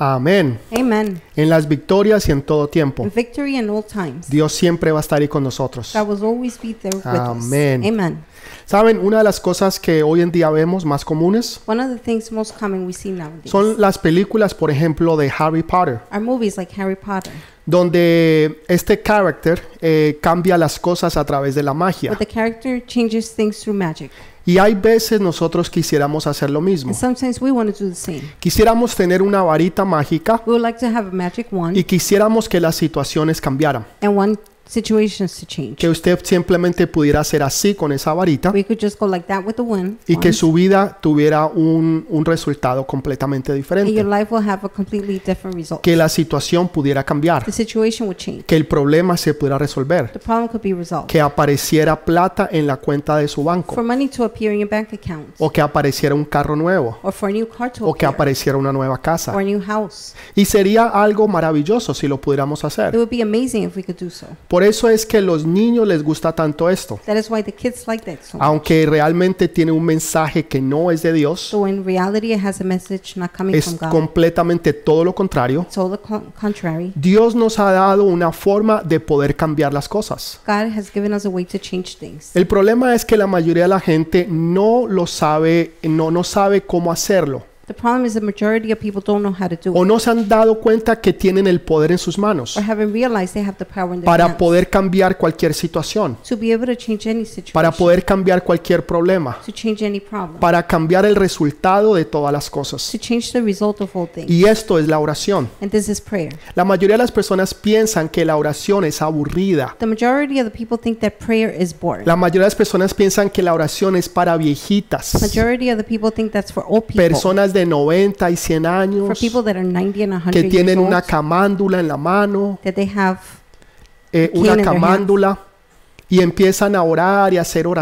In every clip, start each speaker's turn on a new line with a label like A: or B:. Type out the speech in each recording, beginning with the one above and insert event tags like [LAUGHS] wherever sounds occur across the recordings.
A: Amén.
B: Amen.
A: En las victorias y en todo tiempo.
B: In victory in all times.
A: Dios siempre va a estar ahí con nosotros.
B: God will always be there with us.
A: Amén.
B: Amen.
A: Saben, una de las cosas que hoy en día vemos más comunes
B: One of the things most common we see nowadays
A: son las películas, por ejemplo, de Harry Potter,
B: are movies like Harry Potter,
A: donde este carácter eh, cambia las cosas a través de la magia.
B: where the character changes things through magic.
A: Y hay veces nosotros quisiéramos hacer lo mismo.
B: And sometimes we want to do the same.
A: Quisiéramos tener una varita mágica
B: We would like to have a magic wand
A: y quisiéramos que las situaciones cambiaran.
B: and want situations to change.
A: Que usted simplemente pudiera hacer así con esa varita
B: We could just go like that with the wand,
A: y que
B: wand,
A: su vida tuviera un, un resultado completamente
B: and your
A: diferente.
B: life will have a completely different result.
A: Que la situación pudiera cambiar,
B: The situation would change.
A: que el problema se pudiera resolver,
B: The problem could be resolved.
A: que apareciera plata en la cuenta de su banco,
B: For money to appear in your bank account,
A: o que apareciera un carro nuevo,
B: or for a new car to
A: o que
B: appear,
A: apareciera una nueva casa.
B: or a new house.
A: Y sería algo maravilloso si lo pudiéramos
B: It
A: hacer.
B: would be amazing if we could do so.
A: Por eso es que a los niños les gusta tanto esto.
B: That is why the kids like that so much.
A: Aunque realmente tiene un mensaje que no es de Dios,
B: So in reality, it has a message not coming
A: es
B: from God.
A: completamente todo lo contrario.
B: it's all the con- contrary.
A: Dios nos ha dado una forma de poder cambiar las cosas.
B: God has given us a way to change things.
A: El problema es que la mayoría de la gente no lo sabe, no, no sabe cómo hacerlo
B: The problem is the majority of people don't know how to do
A: o
B: it,
A: no se han dado cuenta que tienen el poder en sus manos
B: or haven't realized they have the power in their
A: para
B: hands
A: poder cambiar cualquier situación,
B: to be able to change any situation,
A: para poder cambiar cualquier problema,
B: to change any problem,
A: para cambiar el resultado de todas las cosas.
B: to change the result of all things.
A: Y esto es la oración.
B: and this is prayer.
A: La mayoría de las personas piensan que la oración es aburrida.
B: The majority of the people think that prayer is boring.
A: La mayoría de las personas piensan que la oración es para viejitas,
B: majority of the people think that's for old people,
A: personas de 90 y 100
B: for
A: años
B: people that are 90 and 100
A: que
B: years
A: tienen
B: old,
A: una camándula en la mano,
B: that they have,
A: eh,
B: Cane in
A: una
B: their hands.
A: camándula, y empiezan a orar y a hacer
B: they begin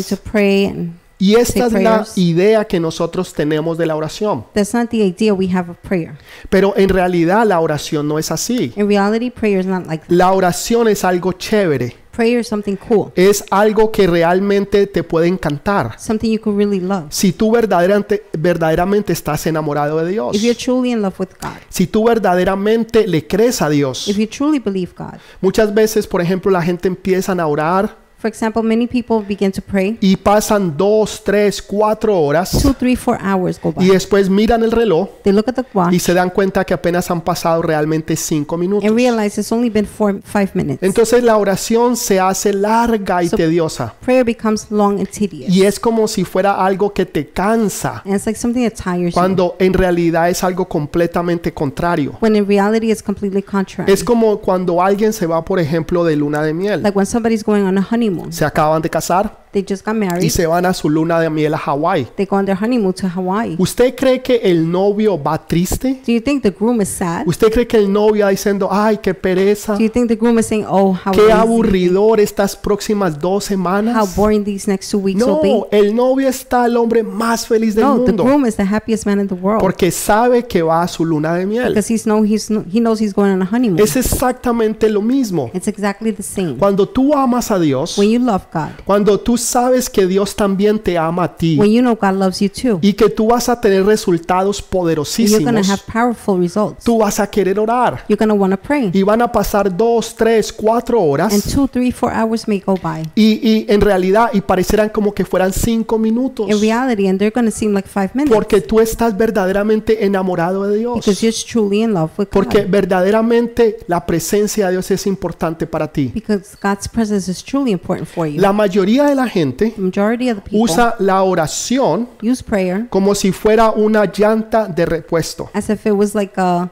A: oraciones.
B: to pray, and
A: Y esta es
B: say
A: la
B: prayers.
A: idea que nosotros tenemos de la oración.
B: that's not the idea we have of prayer.
A: Pero en realidad la oración no es así.
B: In reality, prayer is not like that.
A: La oración es algo chévere,
B: Prayer is something cool,
A: es algo que realmente te puede encantar.
B: something you could really love.
A: Si tú verdaderamente, verdaderamente estás enamorado de Dios,
B: If you're truly in love with God,
A: si tú verdaderamente le crees a Dios.
B: if you truly believe God.
A: Muchas veces, por ejemplo, la gente empiezan a orar
B: For example, many people begin to pray.
A: y pasan dos, tres, cuatro horas
B: Two, three, four hours go
A: y
B: by.
A: después miran el reloj
B: They look at the clock
A: y se dan cuenta que apenas han pasado realmente cinco minutos.
B: and realize it's only been four, five minutes.
A: Entonces la oración se hace larga y
B: So-
A: tediosa
B: Prayer becomes long and tedious.
A: y es como si fuera algo que te cansa
B: And it's like something that tires you.
A: cuando en realidad es algo completamente contrario.
B: When in reality, it's completely contrary.
A: Es como cuando alguien se va, por ejemplo, de luna de miel.
B: Like when somebody's going on a honeymoon,
A: Se acaban de casar
B: they just got
A: y
B: married,
A: se van a su luna de miel a Hawái.
B: they go on their honeymoon to Hawaii.
A: ¿Usted cree que el novio va triste?
B: Do you think the groom is sad?
A: ¿Usted cree que el novio va diciendo, ay, qué pereza,
B: Do you think the groom is saying, oh, how,
A: qué
B: lazy,
A: aburridor estas próximas dos
B: how
A: semanas?
B: boring these next two weeks will be?
A: No, el novio está el hombre más feliz del
B: No, the
A: mundo
B: groom is the happiest man in the world
A: porque sabe que va a su luna de miel.
B: because he's know he's kn- he knows he's going on a honeymoon.
A: Es exactamente lo mismo.
B: It's exactly the same.
A: Cuando tú amas a Dios,
B: When you love God,
A: cuando tú sabes que Dios también te ama a ti
B: when you know God loves you too,
A: y que tú vas a tener resultados
B: you're gonna have
A: poderosísimos,
B: powerful results.
A: tú vas a querer orar
B: You're gonna want to pray,
A: y van a pasar dos, tres, cuatro
B: and
A: horas
B: two, three, four hours may go by.
A: y, y en realidad y parecerán como que fueran cinco minutos
B: In reality, and they're gonna seem like five minutes
A: porque tú estás verdaderamente enamorado de
B: because
A: Dios
B: you're truly in love with
A: porque
B: God.
A: verdaderamente la presencia de Dios es importante para ti
B: Because God's presence is truly important for you.
A: la mayoría de la gente
B: The majority of the people
A: usa la oración
B: use prayer
A: como si fuera una llanta de repuesto
B: as if it was like a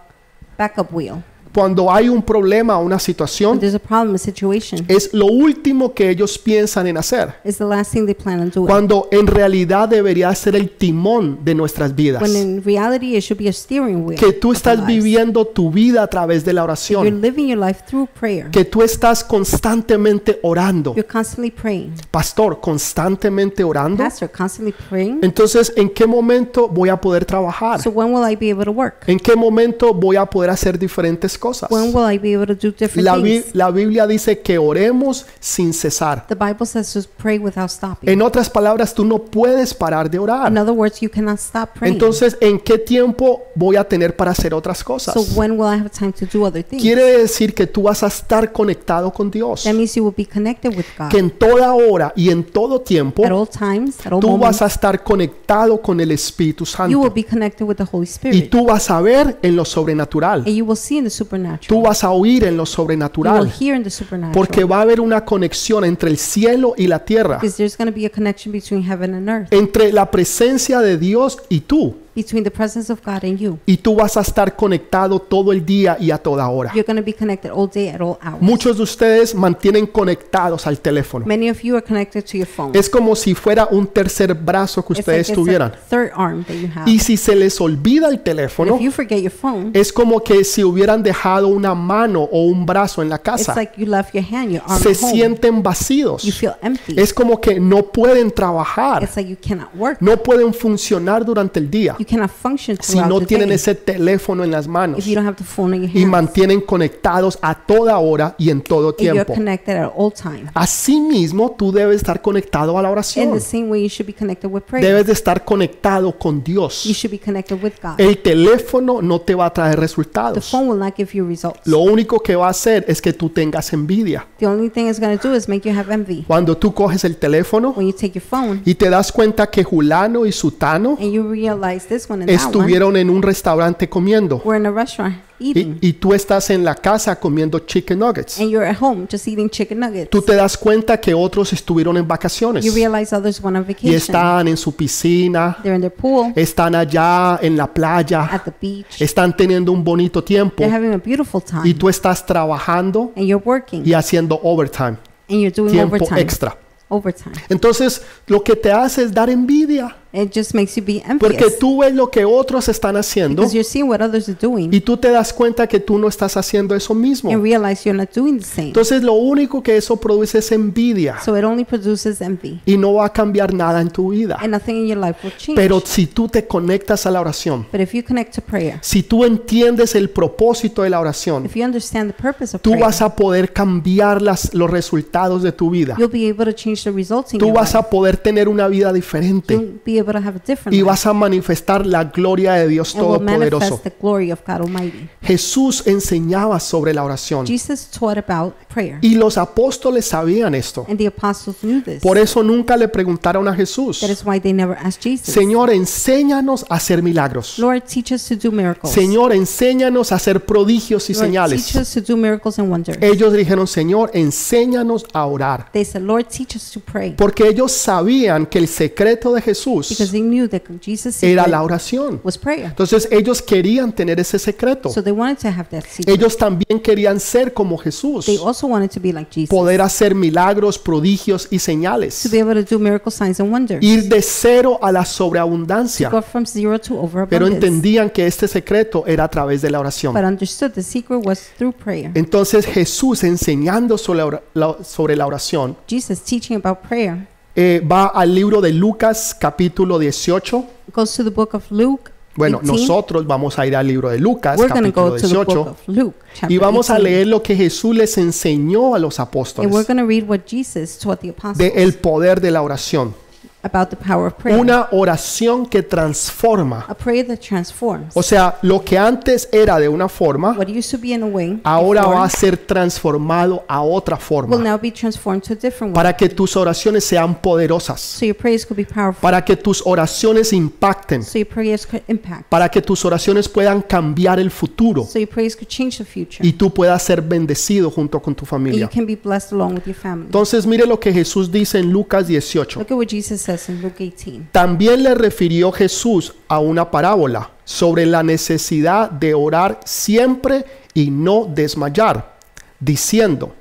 B: backup wheel.
A: cuando hay un problema o una
B: When
A: situación
B: there's a problem, a situation,
A: es lo último que ellos piensan en hacer
B: it's the last thing they plan on doing.
A: cuando en realidad debería ser el timón de nuestras vidas
B: When in reality, it should be a steering wheel.
A: que tú
B: of our
A: estás
B: lives.
A: viviendo tu vida a través de la
B: You're
A: oración,
B: living your life through prayer.
A: que tú estás constantemente orando.
B: You're constantly praying.
A: Pastor, constantemente orando.
B: Pastor, constantly praying.
A: Entonces, ¿en qué momento voy a poder trabajar?
B: So when will I be able to work?
A: ¿En qué momento voy a poder hacer diferentes cosas.
B: When will I be able to do different
A: La, Bi-
B: things?
A: la Biblia dice que oremos sin cesar.
B: The Bible says to pray without stopping.
A: En otras palabras, tú no puedes parar de
B: In
A: orar.
B: other words, you cannot stop praying.
A: Entonces, ¿en qué tiempo voy a tener para hacer otras cosas?
B: so when will I have time to do other things?
A: Quiere decir que tú vas a estar conectado con Dios.
B: that means you will be connected with God
A: Que en toda hora y en todo tiempo
B: at all times, at all
A: tú vas
B: moments.
A: a estar conectado con el Espíritu
B: You will
A: Santo.
B: be connected with the Holy Spirit,
A: Y tú vas a ver en lo sobrenatural.
B: and you will see in the supernatural.
A: Tú vas a oír en lo
B: you will
A: sobrenatural.
B: hear in the supernatural.
A: Porque va a haber una conexión entre el cielo y la tierra.
B: because there's going to be a connection between heaven and earth,
A: Entre la presencia de Dios y tú.
B: between the presence of God and you.
A: Y tú vas a estar conectado todo el día y a toda hora.
B: You're going to be connected all day at all hours.
A: Muchos de ustedes mantienen conectados al teléfono.
B: Many of you are connected to your phone.
A: Es como si fuera un tercer brazo que
B: It's like
A: ustedes
B: it's a
A: tuvieran.
B: third arm that you have.
A: Y si se les olvida el teléfono,
B: Ah. if you forget your phone,
A: es como que si hubieran dejado una mano o un brazo en la
B: it's
A: casa.
B: like you left your hand, your arm
A: Se
B: at home.
A: sienten vacíos.
B: you feel empty.
A: Es como que no pueden trabajar,
B: it's like you cannot work.
A: no pueden funcionar durante el día
B: you cannot function
A: si
B: throughout
A: no
B: the
A: tienen
B: day
A: ese teléfono en las manos
B: if you don't have the phone in your
A: y
B: hand.
A: mantienen conectados a toda hora y en todo
B: you're
A: tiempo.
B: connected at all time.
A: Asimismo, tú debes estar conectado a la
B: In
A: oración.
B: the same way, you should be connected with prayer.
A: Debes de estar conectado con
B: you
A: Dios.
B: should be connected with God.
A: El teléfono no te va a traer
B: the
A: resultados.
B: phone will not give you results.
A: Lo único que va a hacer es que tú tengas envidia.
B: the only thing it's going to do is make you have envy.
A: Cuando tú coges el teléfono
B: When you take your phone
A: y te das cuenta que Julano y Sutano
B: and you realize this one and that one,
A: estuvieron en un restaurante comiendo
B: we're in a restaurant eating,
A: y, y tú estás en la casa comiendo chicken nuggets.
B: and you're at home just eating chicken nuggets.
A: Tú te das cuenta que otros estuvieron en vacaciones
B: you realize others went on
A: y Eh,
B: vacation.
A: están en su piscina,
B: They're in their pool,
A: están allá en la playa,
B: at the beach.
A: están teniendo un bonito tiempo
B: They're having a beautiful
A: y
B: time.
A: tú estás trabajando
B: And you're working,
A: y haciendo overtime,
B: and you're doing
A: tiempo
B: overtime.
A: extra.
B: Overtime.
A: Entonces, lo que te hace es dar envidia.
B: It just makes you be
A: Porque
B: envious
A: tú ves lo que otros están haciendo
B: because you're seeing what others are doing.
A: y tú te das cuenta que tú no estás haciendo eso
B: and
A: mismo.
B: realize you're not doing the same.
A: Entonces lo único que eso produce es envidia
B: So it only produces envy,
A: y no va a cambiar nada en tu vida.
B: and nothing in your life will change.
A: Pero si tú te conectas a la oración,
B: but if you connect to prayer,
A: si tú entiendes el propósito de la oración,
B: if you understand the purpose of
A: tú
B: prayer,
A: vas a poder cambiar las- los resultados de tu vida.
B: you'll be able to change the results in
A: Tú
B: your
A: vas
B: life.
A: a poder tener una vida diferente
B: You'll be able to have a different
A: y
B: life,
A: vas a manifestar la gloria de Dios
B: and will
A: Todopoderoso. Mm.
B: manifest the glory of God Almighty.
A: Jesús enseñaba sobre la oración
B: Jesus taught about prayer,
A: y los apóstoles sabían esto.
B: and the apostles knew this.
A: Por eso nunca le preguntaron a Jesús,
B: that is why they never asked Jesus.
A: Señor, enséñanos a hacer milagros.
B: Lord, teach us to do miracles.
A: Señor, enséñanos a hacer prodigios y
B: Lord, teach
A: señales. Eh,
B: us to do miracles and wonders.
A: Ellos dijeron, Señor, enséñanos a orar.
B: They said, Lord, teach us to pray.
A: Porque ellos sabían que el secreto de
B: Because
A: Jesús
B: they knew that Jesus'
A: era
B: secret
A: la oración.
B: was prayer.
A: Entonces ellos querían tener ese secreto.
B: So they wanted to have that secret.
A: Ellos también querían ser como Jesús,
B: They also wanted to be like Jesus.
A: poder hacer milagros, prodigios y
B: To
A: señales.
B: be able to do miracle signs and wonders.
A: Ir de cero a la sobreabundancia.
B: Go from zero to
A: Pero
B: overabundance.
A: entendían que este secreto era a través de la oración.
B: But understood the secret was through prayer.
A: Entonces Jesús enseñando sobre la, or- la- sobre la oración
B: Jesus teaching about prayer
A: eh, va al libro de Lucas capítulo 18.
B: goes to the book of Luke.
A: Bueno,
B: 18.
A: nosotros vamos a ir al libro de Lucas
B: We're going to
A: capítulo
B: go to the book
A: 18
B: of Luke, chapter
A: y vamos a
B: 18.
A: leer lo que Jesús les enseñó a los
B: And we're
A: apóstoles
B: going to read what Jesus taught the
A: de
B: apostles
A: el poder de la oración.
B: about the power of prayer.
A: Una oración que transforma.
B: a prayer that transforms.
A: O sea, lo que antes era de una forma,
B: what used to be in a way
A: ahora
B: before
A: va a ser transformado a otra
B: will
A: forma.
B: now be transformed to a different one.
A: Para que tus oraciones sean poderosas.
B: So your prayers could be powerful.
A: Para que tus oraciones impacten.
B: So your prayers could impact.
A: para que tus oraciones puedan cambiar el futuro
B: So your prayers could change the future.
A: y tú puedas ser bendecido junto con tu
B: And you
A: familia.
B: can be blessed along with your family.
A: Entonces mire lo que Jesús dice en Lucas 18.
B: Look at what Jesus says in Luke 18.
A: También le refirió Jesús a una parábola sobre la necesidad de orar siempre y no desmayar, diciendo,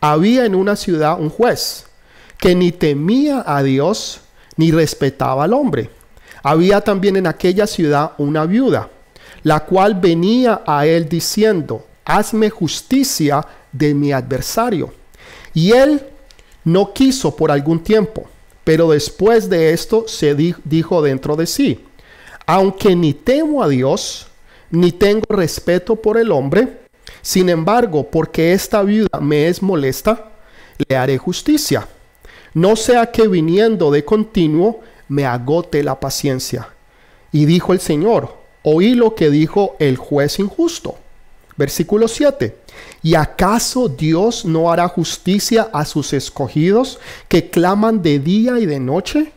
A: había en una ciudad un juez que ni temía a Dios ni respetaba al hombre. Había también en aquella ciudad una viuda, la cual venía a él diciendo, hazme justicia de mi adversario. Y él no quiso por algún tiempo, pero después de esto se di- dijo dentro de sí, aunque ni temo a Dios, ni tengo respeto por el hombre, Sin embargo, porque esta viuda me es molesta, le haré justicia. No sea que viniendo de continuo me agote la paciencia. Y dijo el Señor, oí lo que dijo el juez injusto. Versículo 7. ¿Y acaso Dios no hará justicia a sus escogidos que claman de día y de noche?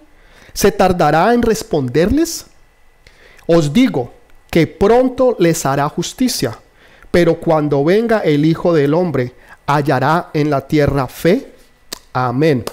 A: ¿Se tardará en responderles? Os digo que pronto les hará justicia, pero cuando venga el Hijo del Hombre, hallará en la tierra fe. Amén.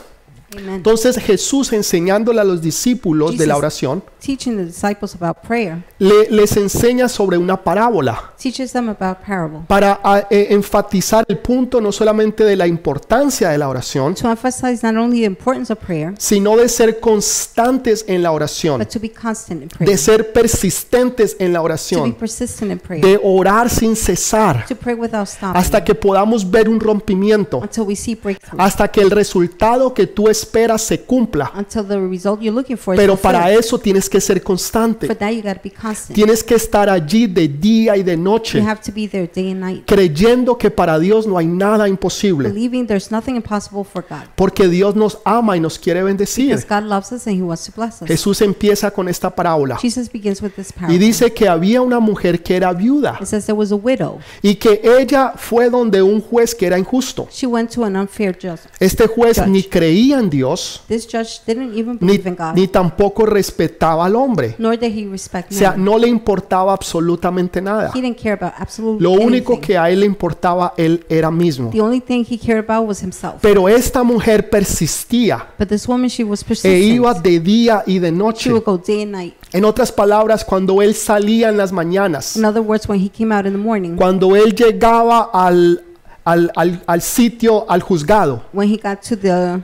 B: Amen.
A: Entonces Jesús enseñándole a los discípulos de la oración,
B: Teaching the disciples about prayer
A: le- les enseña sobre una parábola.
B: teaches them about parable.
A: para a, eh, enfatizar el punto no solamente de la importancia de la oración,
B: To emphasize not only the importance of prayer,
A: sino de ser constantes en la oración,
B: but to be constant in prayer,
A: de ser persistentes en la
B: to be
A: oración,
B: persistent in prayer,
A: de orar sin cesar,
B: to pray without stopping
A: hasta que podamos ver un rompimiento,
B: until we see breakthrough,
A: hasta que el resultado que tú esperas se cumpla.
B: until the result you're looking for is
A: Pero
B: fulfilled.
A: para eso tienes que ser
B: For
A: constante,
B: that, you got to be constant.
A: tienes que estar allí de día y de
B: You
A: noche,
B: have to be there day and night,
A: creyendo que para Dios no hay nada imposible,
B: believing there's nothing impossible for God.
A: porque Dios nos ama y nos quiere bendecir.
B: Because God loves us and He wants to bless us.
A: Jesús empieza con esta parábola
B: Jesus begins with this
A: y
B: parable.
A: dice que había una mujer que era viuda
B: It says there was a widow.
A: y que ella fue donde un juez que era injusto.
B: She went to an unfair judge.
A: Este juez ni creía en Dios
B: This judge didn't even
A: ni,
B: believe in
A: ni
B: God,
A: tampoco respetaba al hombre.
B: nor did he respect
A: O sea,
B: man.
A: no le importaba absolutamente nada.
B: He didn't care about absolutely
A: Lo único
B: anything.
A: que a él le importaba él era mismo.
B: The only thing he cared about was himself.
A: Pero esta mujer persistía
B: But this woman, she was
A: e iba
B: persistent.
A: de día y de
B: She
A: noche.
B: would go day and night.
A: En otras palabras, cuando él salía en las mañanas,
B: In other words, when he came out in the morning,
A: cuando él llegaba al, al, al- al sitio, al juzgado,
B: when he got to the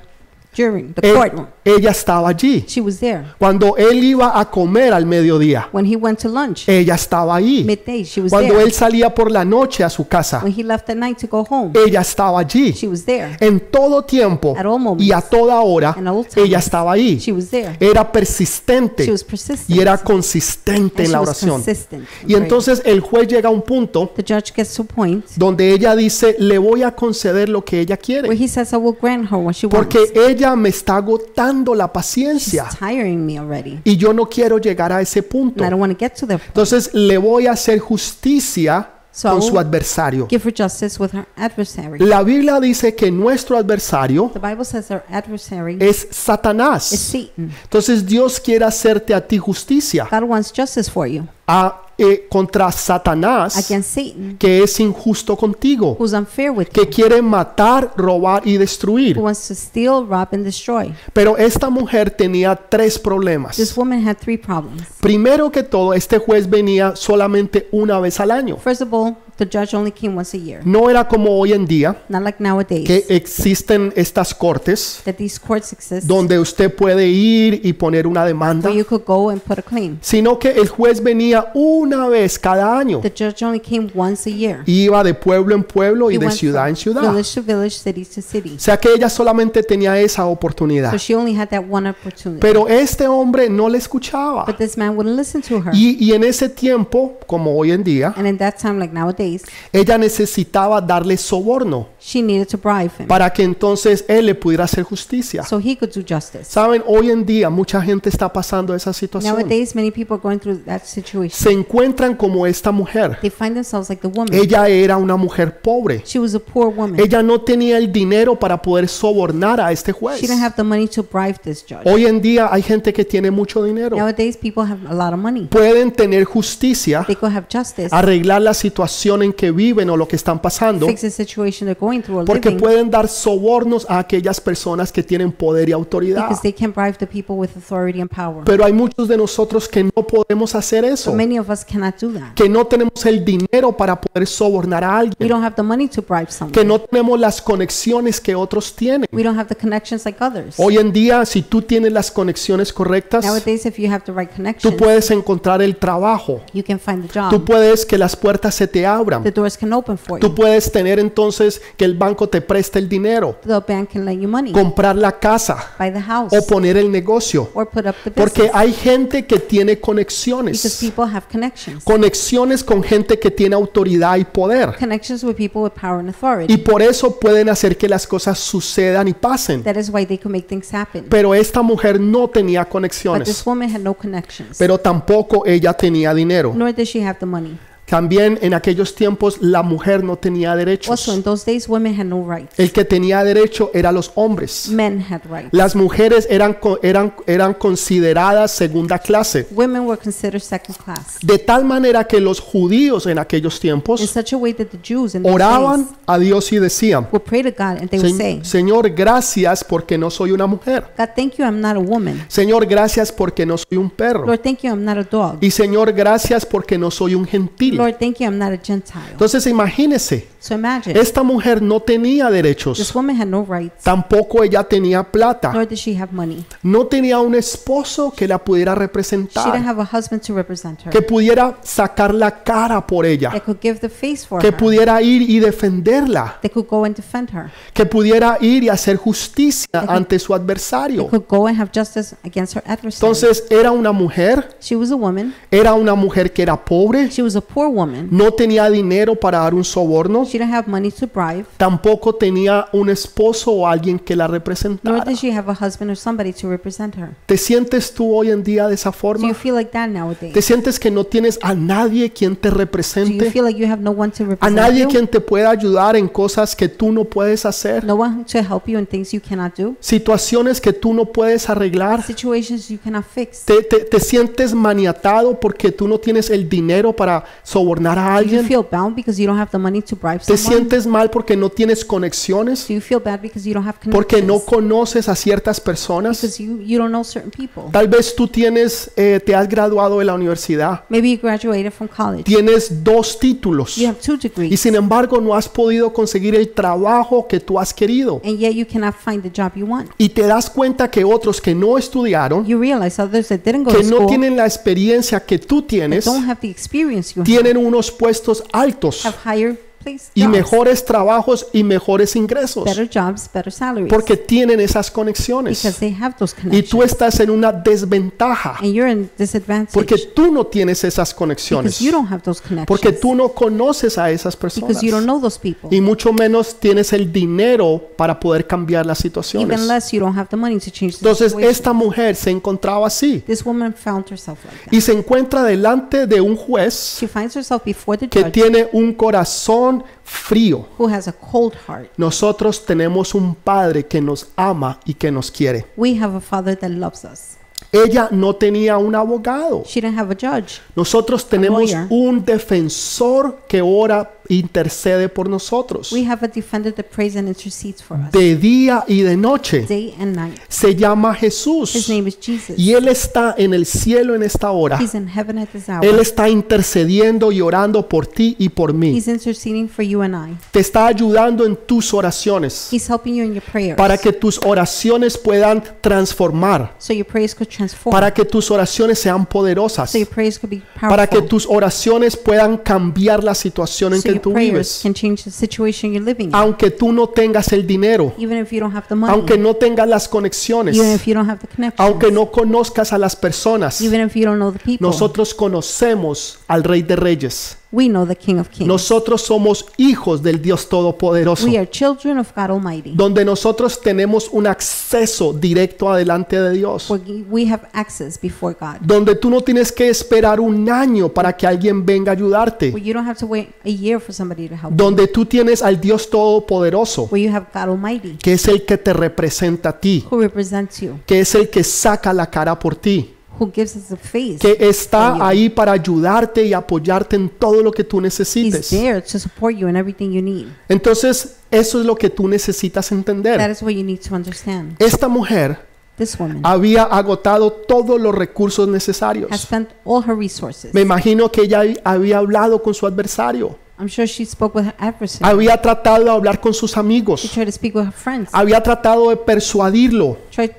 B: jury, the
A: él-
B: courtroom,
A: ella estaba allí.
B: she was there.
A: Cuando él iba a comer al mediodía,
B: When he went to lunch,
A: ella estaba ahí.
B: midday, she was
A: Cuando
B: there.
A: él salía por la noche a su casa,
B: When he left at night to go home,
A: ella estaba allí.
B: she was there.
A: En todo tiempo
B: At all moments.
A: y a toda hora,
B: And all time.
A: ella estaba ahí.
B: She was there.
A: Era
B: She
A: persistente
B: was persistent.
A: y era
B: And
A: consistente en
B: she
A: la
B: was
A: oración.
B: consistent in
A: Y
B: prayer.
A: entonces el juez llega a un punto
B: the judge gets to a point
A: donde ella dice, le voy a conceder lo que ella quiere.
B: where he says, "I will grant her what she
A: Porque
B: wants."
A: ella me está agotando la
B: She's
A: paciencia
B: tiring me already,
A: y yo no quiero llegar a ese punto.
B: and I don't want to get to that. point.
A: Entonces le voy a hacer justicia
B: So I
A: con
B: will
A: su adversario.
B: Give her justice with her adversary.
A: La Biblia dice que nuestro adversario
B: The Bible says our adversary
A: es
B: is
A: Satanás.
B: Satan.
A: Entonces Dios quiere hacerte a ti justicia
B: God wants justice for you
A: a- eh, contra Satanás
B: against Satan,
A: que es injusto contigo,
B: who's unfair with you,
A: que quiere matar, robar y destruir.
B: who wants to steal, rob, and destroy.
A: Pero esta mujer tenía tres problemas.
B: This woman had three problems.
A: Primero que todo, este juez venía solamente una vez al año.
B: First of all, the judge only came once a year,
A: No era como hoy en día
B: not like nowadays
A: que existen estas cortes
B: that these courts exist
A: donde usted puede ir y poner una demanda,
B: where you could go and put a claim.
A: sino que el juez venía una vez cada año.
B: The judge only came once a year.
A: Iba de pueblo en pueblo y
B: He
A: de
B: went
A: ciudad
B: from
A: en ciudad. O
B: Village to village, city to city.
A: sea que ella solamente tenía esa oportunidad.
B: So she only had that one opportunity.
A: Pero este hombre no le escuchaba.
B: But this man wouldn't listen to her.
A: Y, y en ese tiempo, como hoy en día,
B: And in that time, like nowadays,
A: ella necesitaba darle soborno
B: she needed to bribe him
A: para que entonces él le pudiera hacer justicia.
B: so he could do justice.
A: Saben, hoy en día mucha gente está pasando esa situación.
B: Nowadays, many people are going through that situation.
A: Se encuentran como esta mujer.
B: They find themselves like the woman.
A: Ella era una mujer pobre.
B: She was a poor woman.
A: Ella no tenía el dinero para poder sobornar a este juez.
B: She didn't have the money to bribe this judge.
A: Hoy en día hay gente que tiene mucho dinero.
B: Nowadays, people have a lot of money.
A: Pueden tener justicia,
B: They could have justice,
A: arreglar la situación en que viven o lo que están pasando,
B: fix the situation they're going through or
A: porque
B: living
A: pueden dar sobornos a aquellas personas que tienen poder y autoridad.
B: because they can bribe the people with authority and power.
A: Pero hay muchos de nosotros que no podemos hacer
B: So
A: eso,
B: many of us cannot do that.
A: que no tenemos el dinero para poder sobornar a alguien.
B: We don't have the money to bribe
A: que
B: someone.
A: no tenemos las conexiones que otros tienen.
B: We don't have the connections like others.
A: Hoy en día, si tú tienes las conexiones correctas,
B: Nowadays, if you have the right
A: tú
B: connections,
A: puedes encontrar el trabajo.
B: you can find the
A: Tú
B: job.
A: puedes que las puertas se te abran.
B: Um, The doors can open for
A: Tú
B: you.
A: puedes tener entonces que el banco te preste el dinero,
B: The bank can lend you money.
A: comprar la casa
B: Buy the house.
A: o poner el negocio.
B: Or put up the
A: Porque
B: business.
A: hay gente que tiene
B: Because
A: conexiones.
B: people have connections.
A: Conexiones con gente que tiene autoridad y poder.
B: Connections with people with power and authority.
A: Y por eso pueden hacer que las cosas sucedan y pasen.
B: That is why they can make things happen.
A: Pero esta mujer no tenía
B: But
A: conexiones.
B: this woman had no connections.
A: Pero tampoco ella tenía dinero.
B: Nor did she have the money.
A: También en aquellos tiempos la mujer no tenía
B: Also,
A: derechos.
B: in those days, women had no rights.
A: El que tenía derecho eran los hombres.
B: Men had rights.
A: Las mujeres eran, co- eran, eran consideradas segunda clase.
B: Women were considered second class.
A: De tal manera que los judíos en aquellos
B: In
A: tiempos
B: such a way that the Jews in those days
A: oraban a Dios y decían,
B: would pray to God and they would say,
A: "Señ- Señor, gracias porque no soy una mujer.
B: God, thank you, I'm not a woman.
A: Señor, gracias porque no soy un perro.
B: Lord, thank you, I'm not a dog.
A: Y Señor, gracias porque no soy un gentil.
B: Lord, thank you, I'm not a Gentile.
A: Entonces imagínese,
B: So imagine,
A: esta mujer no tenía
B: this
A: derechos,
B: woman had no rights,
A: tampoco ella tenía plata,
B: nor did she have money.
A: no tenía un esposo que la pudiera
B: She didn't
A: representar,
B: have a husband to represent her
A: que pudiera sacar la cara por ella,
B: that could give the face for
A: que
B: her,
A: pudiera ir y defenderla,
B: that could go and defend her,
A: que pudiera ir y hacer justicia ante su adversario.
B: could go and have justice against her adversary.
A: Entonces era una mujer,
B: She was a woman.
A: era una mujer que era pobre,
B: She was a poor woman.
A: no tenía dinero para dar un soborno,
B: She didn't have money to bribe,
A: tampoco tenía un esposo o alguien que la
B: nor
A: representara.
B: did she have a husband or somebody to represent her.
A: ¿Te sientes tú hoy en día de esa
B: Do you
A: forma?
B: feel like that
A: ¿Te
B: nowadays?
A: sientes que no tienes a nadie quien te
B: Do you
A: represente?
B: feel like you have no one to
A: ¿A
B: represent
A: nadie
B: you?
A: quien te pueda ayudar en cosas que tú no puedes hacer?
B: No one to help you in things you cannot do?
A: ¿Situaciones que tú no puedes arreglar?
B: Situations you cannot fix?
A: ¿Te, te- te sientes maniatado porque tú no tienes el dinero para sobornar a
B: Do you
A: alguien?
B: feel bound because you don't have the money to bribe
A: ¿Te
B: someone?
A: sientes mal porque no tienes conexiones?
B: Do you feel bad because you don't have
A: ¿Porque no
B: connections?
A: conoces a ciertas personas?
B: Because you, you don't know certain people.
A: Tal vez tú tienes, eh, te has graduado de la universidad,
B: Maybe you graduated from college.
A: tienes dos títulos.
B: You have two
A: Y
B: degrees.
A: sin embargo no has podido conseguir el trabajo que tú has querido.
B: And yet you cannot find the job you want.
A: Y te das cuenta que otros que no estudiaron,
B: You realize others that didn't go
A: que
B: to
A: no
B: school,
A: tienen la experiencia que tú
B: that
A: tienes,
B: don't have the experience you have,
A: tienen unos puestos altos
B: have higher place
A: y
B: jobs,
A: mejores trabajos y mejores ingresos
B: better jobs, better salaries.
A: porque tienen esas
B: because
A: conexiones.
B: they have those
A: Y tú
B: connections.
A: estás en una desventaja
B: And you're in disadvantage
A: porque tú no tienes esas
B: because
A: conexiones,
B: you don't have those connections.
A: porque tú no conoces a esas personas
B: because you don't know those people.
A: y mucho menos tienes el dinero para poder cambiar las situaciones.
B: even less you don't have the money to change the
A: Entonces
B: situation.
A: esta mujer se encontraba así
B: This woman found herself like that.
A: y se encuentra delante de un juez
B: She finds herself before the
A: que
B: judge
A: tiene un corazón frío.
B: who has a cold heart.
A: Nosotros tenemos un padre que nos ama y que nos quiere.
B: We have a father that loves us.
A: Ella no tenía un abogado.
B: She didn't have a judge.
A: Nosotros tenemos
B: lawyer.
A: un defensor que ora e intercede por nosotros
B: We have a defender that prays and intercedes for us
A: de día y de noche.
B: day and night.
A: Se llama
B: His
A: Jesús
B: name is Jesus.
A: y él está en el cielo en esta hora.
B: He's in heaven at this hour.
A: Él está intercediendo y orando por ti y por mí.
B: He's interceding for you and I.
A: Te está ayudando en tus oraciones
B: He's helping you in your prayers
A: para que tus oraciones puedan transformar,
B: so your prayers could transform,
A: para que tus oraciones sean poderosas,
B: so your prayers could be powerful,
A: para que tus oraciones puedan cambiar la situación en
B: so
A: que
B: your
A: tú
B: prayers
A: vives.
B: can change the situation you're living in,
A: Aunque tú no tengas el dinero,
B: even if you don't have the money,
A: aunque no tengas las
B: even
A: conexiones,
B: if you don't have the connection,
A: aunque no conozcas a las personas,
B: even if you don't know the people.
A: nosotros conocemos al Rey de Reyes.
B: we know the King of Kings.
A: Nosotros somos hijos del Dios Todopoderoso.
B: we are children of God Almighty.
A: donde nosotros tenemos un acceso directo adelante de Dios.
B: where we have access before God.
A: Donde tú no tienes que esperar un año para que alguien venga a
B: Where
A: ayudarte.
B: you don't have to wait a year for somebody to help you.
A: Donde tú tienes al Dios Todopoderoso,
B: Where you have God Almighty
A: que es el que te representa a ti,
B: who represents you,
A: que es el que saca la cara por ti,
B: who gives us a face.
A: que está ahí para ayudarte y apoyarte en todo lo que tú
B: He's
A: necesites.
B: there to support you in everything you need.
A: Entonces, eso es lo que tú necesitas
B: That
A: entender.
B: is what you need to understand.
A: Esta mujer
B: This woman
A: había agotado todos los recursos
B: has
A: necesarios.
B: spent all her resources.
A: Me imagino que ella había hablado con su adversario,
B: I'm sure she spoke with her adversary.
A: había tratado de hablar con sus
B: She
A: amigos,
B: tried to speak with her friends. Ah.
A: había tratado de persuadirlo,
B: Tried,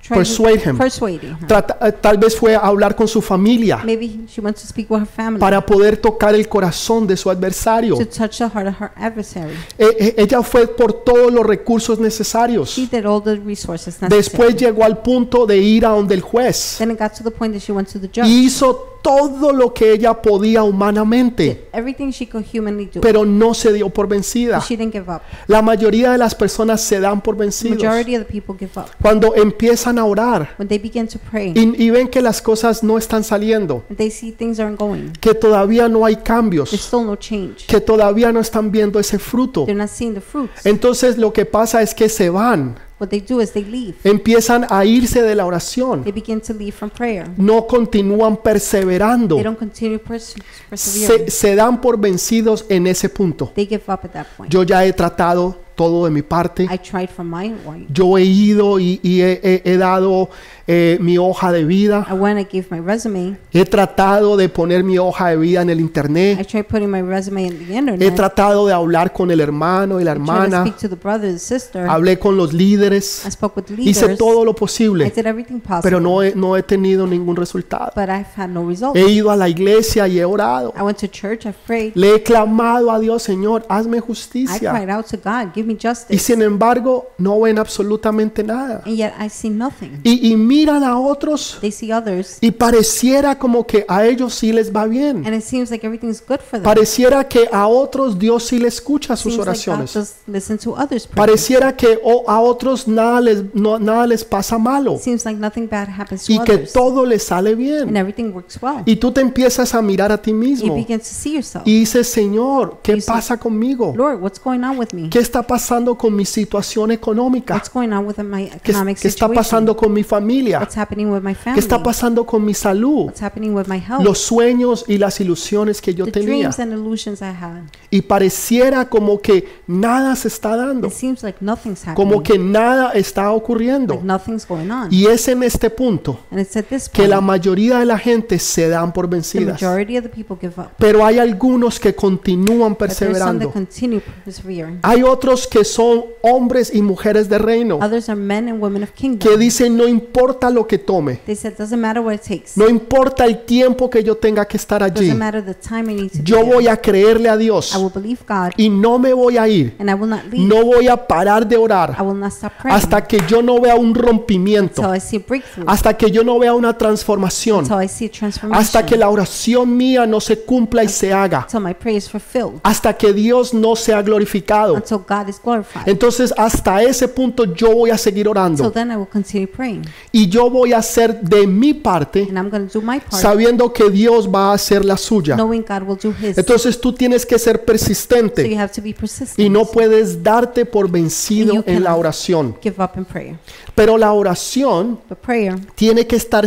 B: Trying to
A: Persuade him.
B: Persuade him.
A: Trata- eh, tal vez fue a hablar con su familia
B: Maybe she wants to speak with her family
A: para poder tocar el corazón de su adversario.
B: to touch the heart of her adversary.
A: Eh, eh, ella fue por todos los recursos necesarios.
B: She did all the resources necessary.
A: Después llegó al punto de ir a donde el juez.
B: then it got to the point that she went to the judge.
A: Hizo todo lo que ella podía humanamente,
B: Everything she could humanly do.
A: pero no se dio por vencida.
B: But she didn't give up.
A: La mayoría de las personas se dan por
B: The
A: vencidos
B: majority of the people give up.
A: cuando empiezan a orar
B: When they begin to pray
A: y, y ven que las cosas no están saliendo,
B: and they see things aren't going,
A: que todavía no hay
B: there's
A: cambios,
B: still no change.
A: que todavía no están viendo ese fruto.
B: They're not seeing the fruits.
A: Entonces lo que pasa es que se van,
B: What they do is they leave.
A: empiezan a irse de la oración,
B: They begin to leave from prayer.
A: no continúan perseverando,
B: They don't continue pers-
A: se,
B: persevering.
A: se dan por vencidos en ese punto.
B: They give up at that point.
A: Yo ya he tratado todo de mi parte,
B: I tried from my way.
A: yo he ido y, y he, he- he dado eh, mi hoja de vida,
B: I went, I gave my resume.
A: he tratado de poner mi hoja de vida en el
B: I
A: internet,
B: tried putting my resume in the
A: he
B: internet.
A: tratado de hablar con el hermano y la
B: Tried to
A: hermana,
B: speak to the brother and sister. I
A: hablé con los líderes,
B: spoke with
A: hice
B: leaders.
A: todo lo
B: I
A: posible,
B: did everything
A: pero
B: possible.
A: no he- no he tenido ningún resultado.
B: But I've had no results.
A: He ido a la iglesia y he orado.
B: I went to church. I've prayed.
A: Le he clamado a Dios, Señor, hazme
B: I
A: justicia.
B: cried out to God, give me
A: Y
B: justice.
A: sin embargo, no ven absolutamente nada.
B: And yet I see nothing.
A: Y, y miran a otros
B: They see others.
A: y pareciera como que a ellos sí les va bien.
B: And it seems like everything's good for them.
A: Pareciera que a otros Dios sí le escucha sus
B: seems like God
A: oraciones.
B: just listen to others. pray.
A: Pareciera que o- a otros nada les, no- nada les pasa malo
B: Seems like nothing bad happens to
A: y que
B: others.
A: todo les sale
B: And
A: bien.
B: everything works well.
A: Y tú te empiezas a mirar a ti
B: You
A: mismo
B: begin to see yourself.
A: y dices, Señor, ¿qué
B: You say,
A: pasa conmigo?
B: Lord, what's going on with me?
A: ¿Qué está pasando con mi situación económica?
B: What's going on with my
A: ¿Qué,
B: economic
A: qué está
B: situation?
A: pasando con mi familia?
B: What's happening with my
A: ¿Qué
B: family?
A: está pasando con mi salud?
B: What's happening with my health?
A: Los sueños y las ilusiones que yo
B: Oh. the
A: tenía.
B: dreams and illusions I had.
A: Y pareciera como que nada se está dando,
B: It seems like nothing's happening.
A: como que nada está ocurriendo.
B: like nothing's going on.
A: Y es en este punto
B: and it's at this
A: que
B: point
A: la mayoría de la gente se dan por
B: the
A: vencidas.
B: majority of the people give up.
A: Pero hay algunos que continúan
B: But there's some that
A: perseverando.
B: continue persevering.
A: Hay otros que son hombres y mujeres de reino
B: Others are men and women of kingdom.
A: que dicen no importa lo que tome,
B: they said, doesn't matter what it takes.
A: No importa el tiempo que yo tenga que estar allí.
B: doesn't matter the time I need to
A: Yo
B: be there.
A: voy a creerle a Dios
B: I will believe God
A: y no me voy a ir.
B: and I will not leave.
A: No voy a parar de
B: I
A: orar
B: will not stop praying
A: hasta que yo no vea un
B: until
A: rompimiento,
B: I see a breakthrough,
A: hasta que yo no vea una transformación,
B: until I see a transformation,
A: hasta que la oración mía no se cumpla y se haga,
B: until my prayer is fulfilled,
A: hasta que Dios no sea glorificado.
B: until God is glorified.
A: Entonces hasta ese punto yo voy a seguir
B: Until
A: orando
B: then, I will continue praying
A: y yo voy a hacer de mi parte
B: and I'm going to do my part,
A: sabiendo que Dios va a hacer la suya.
B: knowing God will do His.
A: Entonces tú tienes que ser
B: So you
A: persistente
B: have to be
A: y
B: persistent.
A: no puedes darte por vencido
B: You
A: en la
B: cannot.
A: oración.
B: give up in prayer.
A: Pero la oración
B: But prayer
A: tiene que estar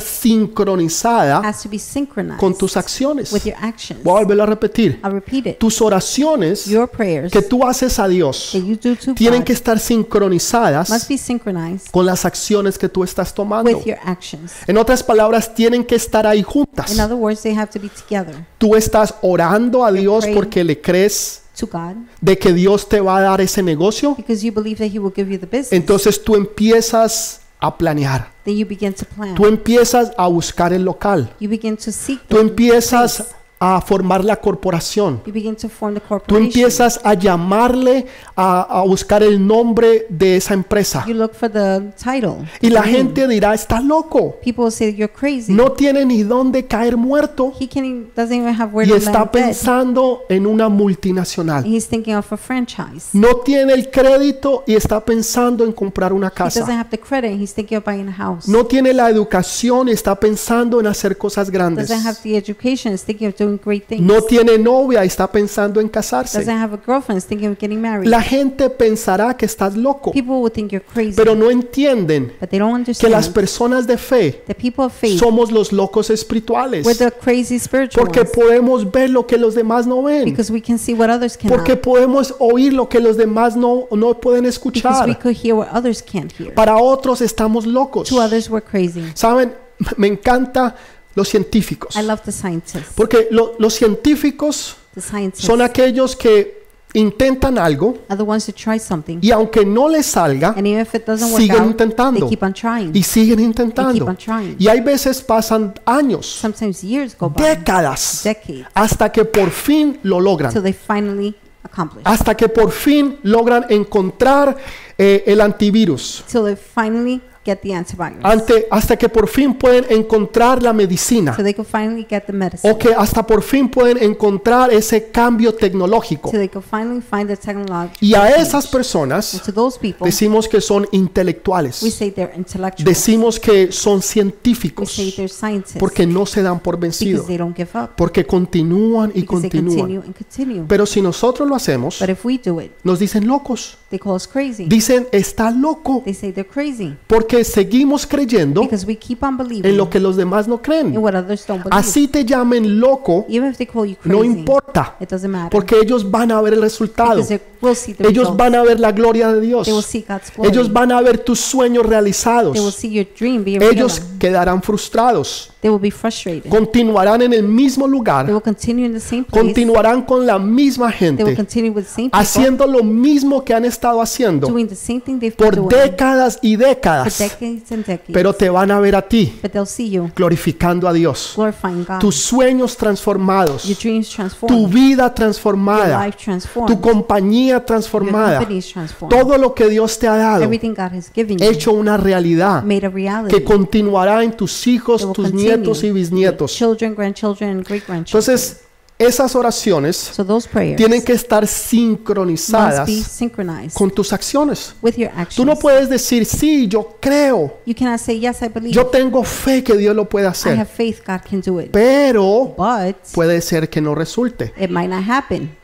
A: sincronizada
B: has to be synchronized
A: con tus acciones.
B: with your actions.
A: Voy a volverlo a repetir.
B: I'll repeat it.
A: Tus oraciones
B: Your prayers
A: que tú haces a Dios
B: that you do to
A: tienen
B: God
A: que estar
B: must
A: sincronizadas
B: be synchronized
A: con las acciones que tú estás tomando.
B: with your actions.
A: En otras palabras, tienen que estar ahí
B: In
A: juntas.
B: other words, they have to be together
A: Tú estás orando a Dios
B: praying.
A: porque le crees
B: to God
A: de que Dios te va a dar ese negocio.
B: because you believe that He will give you the business.
A: Entonces tú empiezas a planear,
B: Then you begin to plan.
A: tú empiezas a buscar el local,
B: You begin to seek
A: tú
B: the
A: empiezas a formar la corporación,
B: You begin to form the
A: tú
B: corporation.
A: empiezas a llamarle a, a buscar el nombre de esa empresa.
B: You look for the title.
A: Y la
B: the name.
A: gente dirá, está loco,
B: People will say you're crazy.
A: no tiene ni dónde caer muerto
B: He can not doesn't even have where
A: y
B: to land
A: está
B: dead.
A: pensando en una
B: And
A: multinacional.
B: He's thinking of a franchise.
A: No tiene el crédito y está pensando en comprar una
B: He doesn't
A: casa.
B: have the credit. He's thinking of buying a house.
A: No tiene la educación y está pensando en hacer cosas grandes.
B: Doesn't have the education. He's thinking of doing great things.
A: no tiene novia y está pensando en casarse.
B: doesn't have a girlfriend. He's thinking of getting married.
A: La gente pensará que estás loco,
B: People will think you're crazy.
A: pero no entienden
B: but they don't
A: que
B: understand
A: las personas de fe
B: the people of faith
A: somos los locos
B: we're
A: espirituales
B: the crazy spiritual
A: porque
B: ones
A: podemos ver lo que los demás no ven,
B: because we can see what others cannot.
A: porque podemos oír lo que los demás no, no pueden
B: because we
A: escuchar.
B: could hear what others can't hear.
A: Para otros estamos locos.
B: Two others were crazy.
A: Saben, [LAUGHS] me encanta los científicos
B: I love the scientists.
A: porque lo- los científicos
B: The scientists.
A: son aquellos que intentan algo
B: are the ones who try something.
A: y aunque no les salga,
B: And even if it doesn't work
A: siguen
B: out,
A: intentando.
B: they keep on trying.
A: y siguen
B: They keep
A: intentando.
B: on trying.
A: Y hay veces pasan años,
B: Sometimes years go by,
A: décadas,
B: decades,
A: hasta que por fin lo logran.
B: till they finally accomplish.
A: Hasta que por fin logran encontrar eh, el antivirus.
B: Till they finally get the antibiotics.
A: Ante- hasta que por fin pueden encontrar la medicina.
B: So they can finally get the medicine.
A: O que hasta por fin pueden encontrar ese cambio tecnológico.
B: So they can finally find the technology.
A: Y a esas personas
B: to those people,
A: decimos que son
B: we
A: intelectuales.
B: say they're intellectual.
A: Decimos que son
B: We
A: científicos.
B: say they're scientists.
A: Porque no se dan por vencidos.
B: because they don't give up.
A: Porque continúan y
B: Because they
A: continúan.
B: continue and continue.
A: Pero si nosotros lo hacemos,
B: But if we do it,
A: nos dicen locos.
B: they call us crazy.
A: Dicen, está loco.
B: They say they're crazy
A: Porque seguimos creyendo
B: because we keep on believing
A: en lo que los demás no
B: in
A: creen.
B: what others don't believe.
A: Así te llamen loco,
B: Even if they call you crazy,
A: no importa.
B: it doesn't matter.
A: Porque ellos van a ver el resultado.
B: because they will see the
A: Ellos
B: results.
A: van a ver la gloria de Dios.
B: they will see God's glory.
A: Ellos van a ver tus sueños
B: they will
A: realizados.
B: see your dream being
A: Ellos
B: realized.
A: quedarán frustrados.
B: They will be frustrated.
A: Continuarán en el mismo
B: They
A: lugar.
B: will continue in the same place.
A: Continuarán con la misma
B: They will
A: gente.
B: continue with the same people,
A: Haciendo lo mismo que han estado haciendo
B: doing the same thing they've been
A: por
B: doing
A: décadas y
B: for
A: décadas.
B: decades and decades.
A: Pero te van a ver a ti
B: but they'll see you
A: glorificando a Dios.
B: glorifying God.
A: Tus sueños
B: your
A: transformados.
B: dreams
A: Tu
B: transformed.
A: vida
B: Your
A: transformada.
B: life transformed.
A: Tu compañía
B: your
A: transformada.
B: company is transformed.
A: Todo lo que Dios te ha dado
B: Everything God has given you
A: hecho una realidad
B: made a reality.
A: que continuará en tus
B: It
A: hijos,
B: will
A: tus
B: continue
A: nietos y
B: with
A: bisnietos.
B: Children, grandchildren, and great grandchildren.
A: Entonces, esas oraciones
B: so those prayers
A: tienen que estar
B: must be
A: sincronizadas
B: synchronized
A: con tus acciones.
B: with your
A: Tú
B: actions.
A: no puedes decir, sí, yo creo,
B: you cannot say, Yes, I believe.
A: yo tengo fe que Dios lo puede
B: I
A: hacer,
B: have faith God can do it.
A: pero
B: But
A: puede ser que no resulte,
B: it might not happen.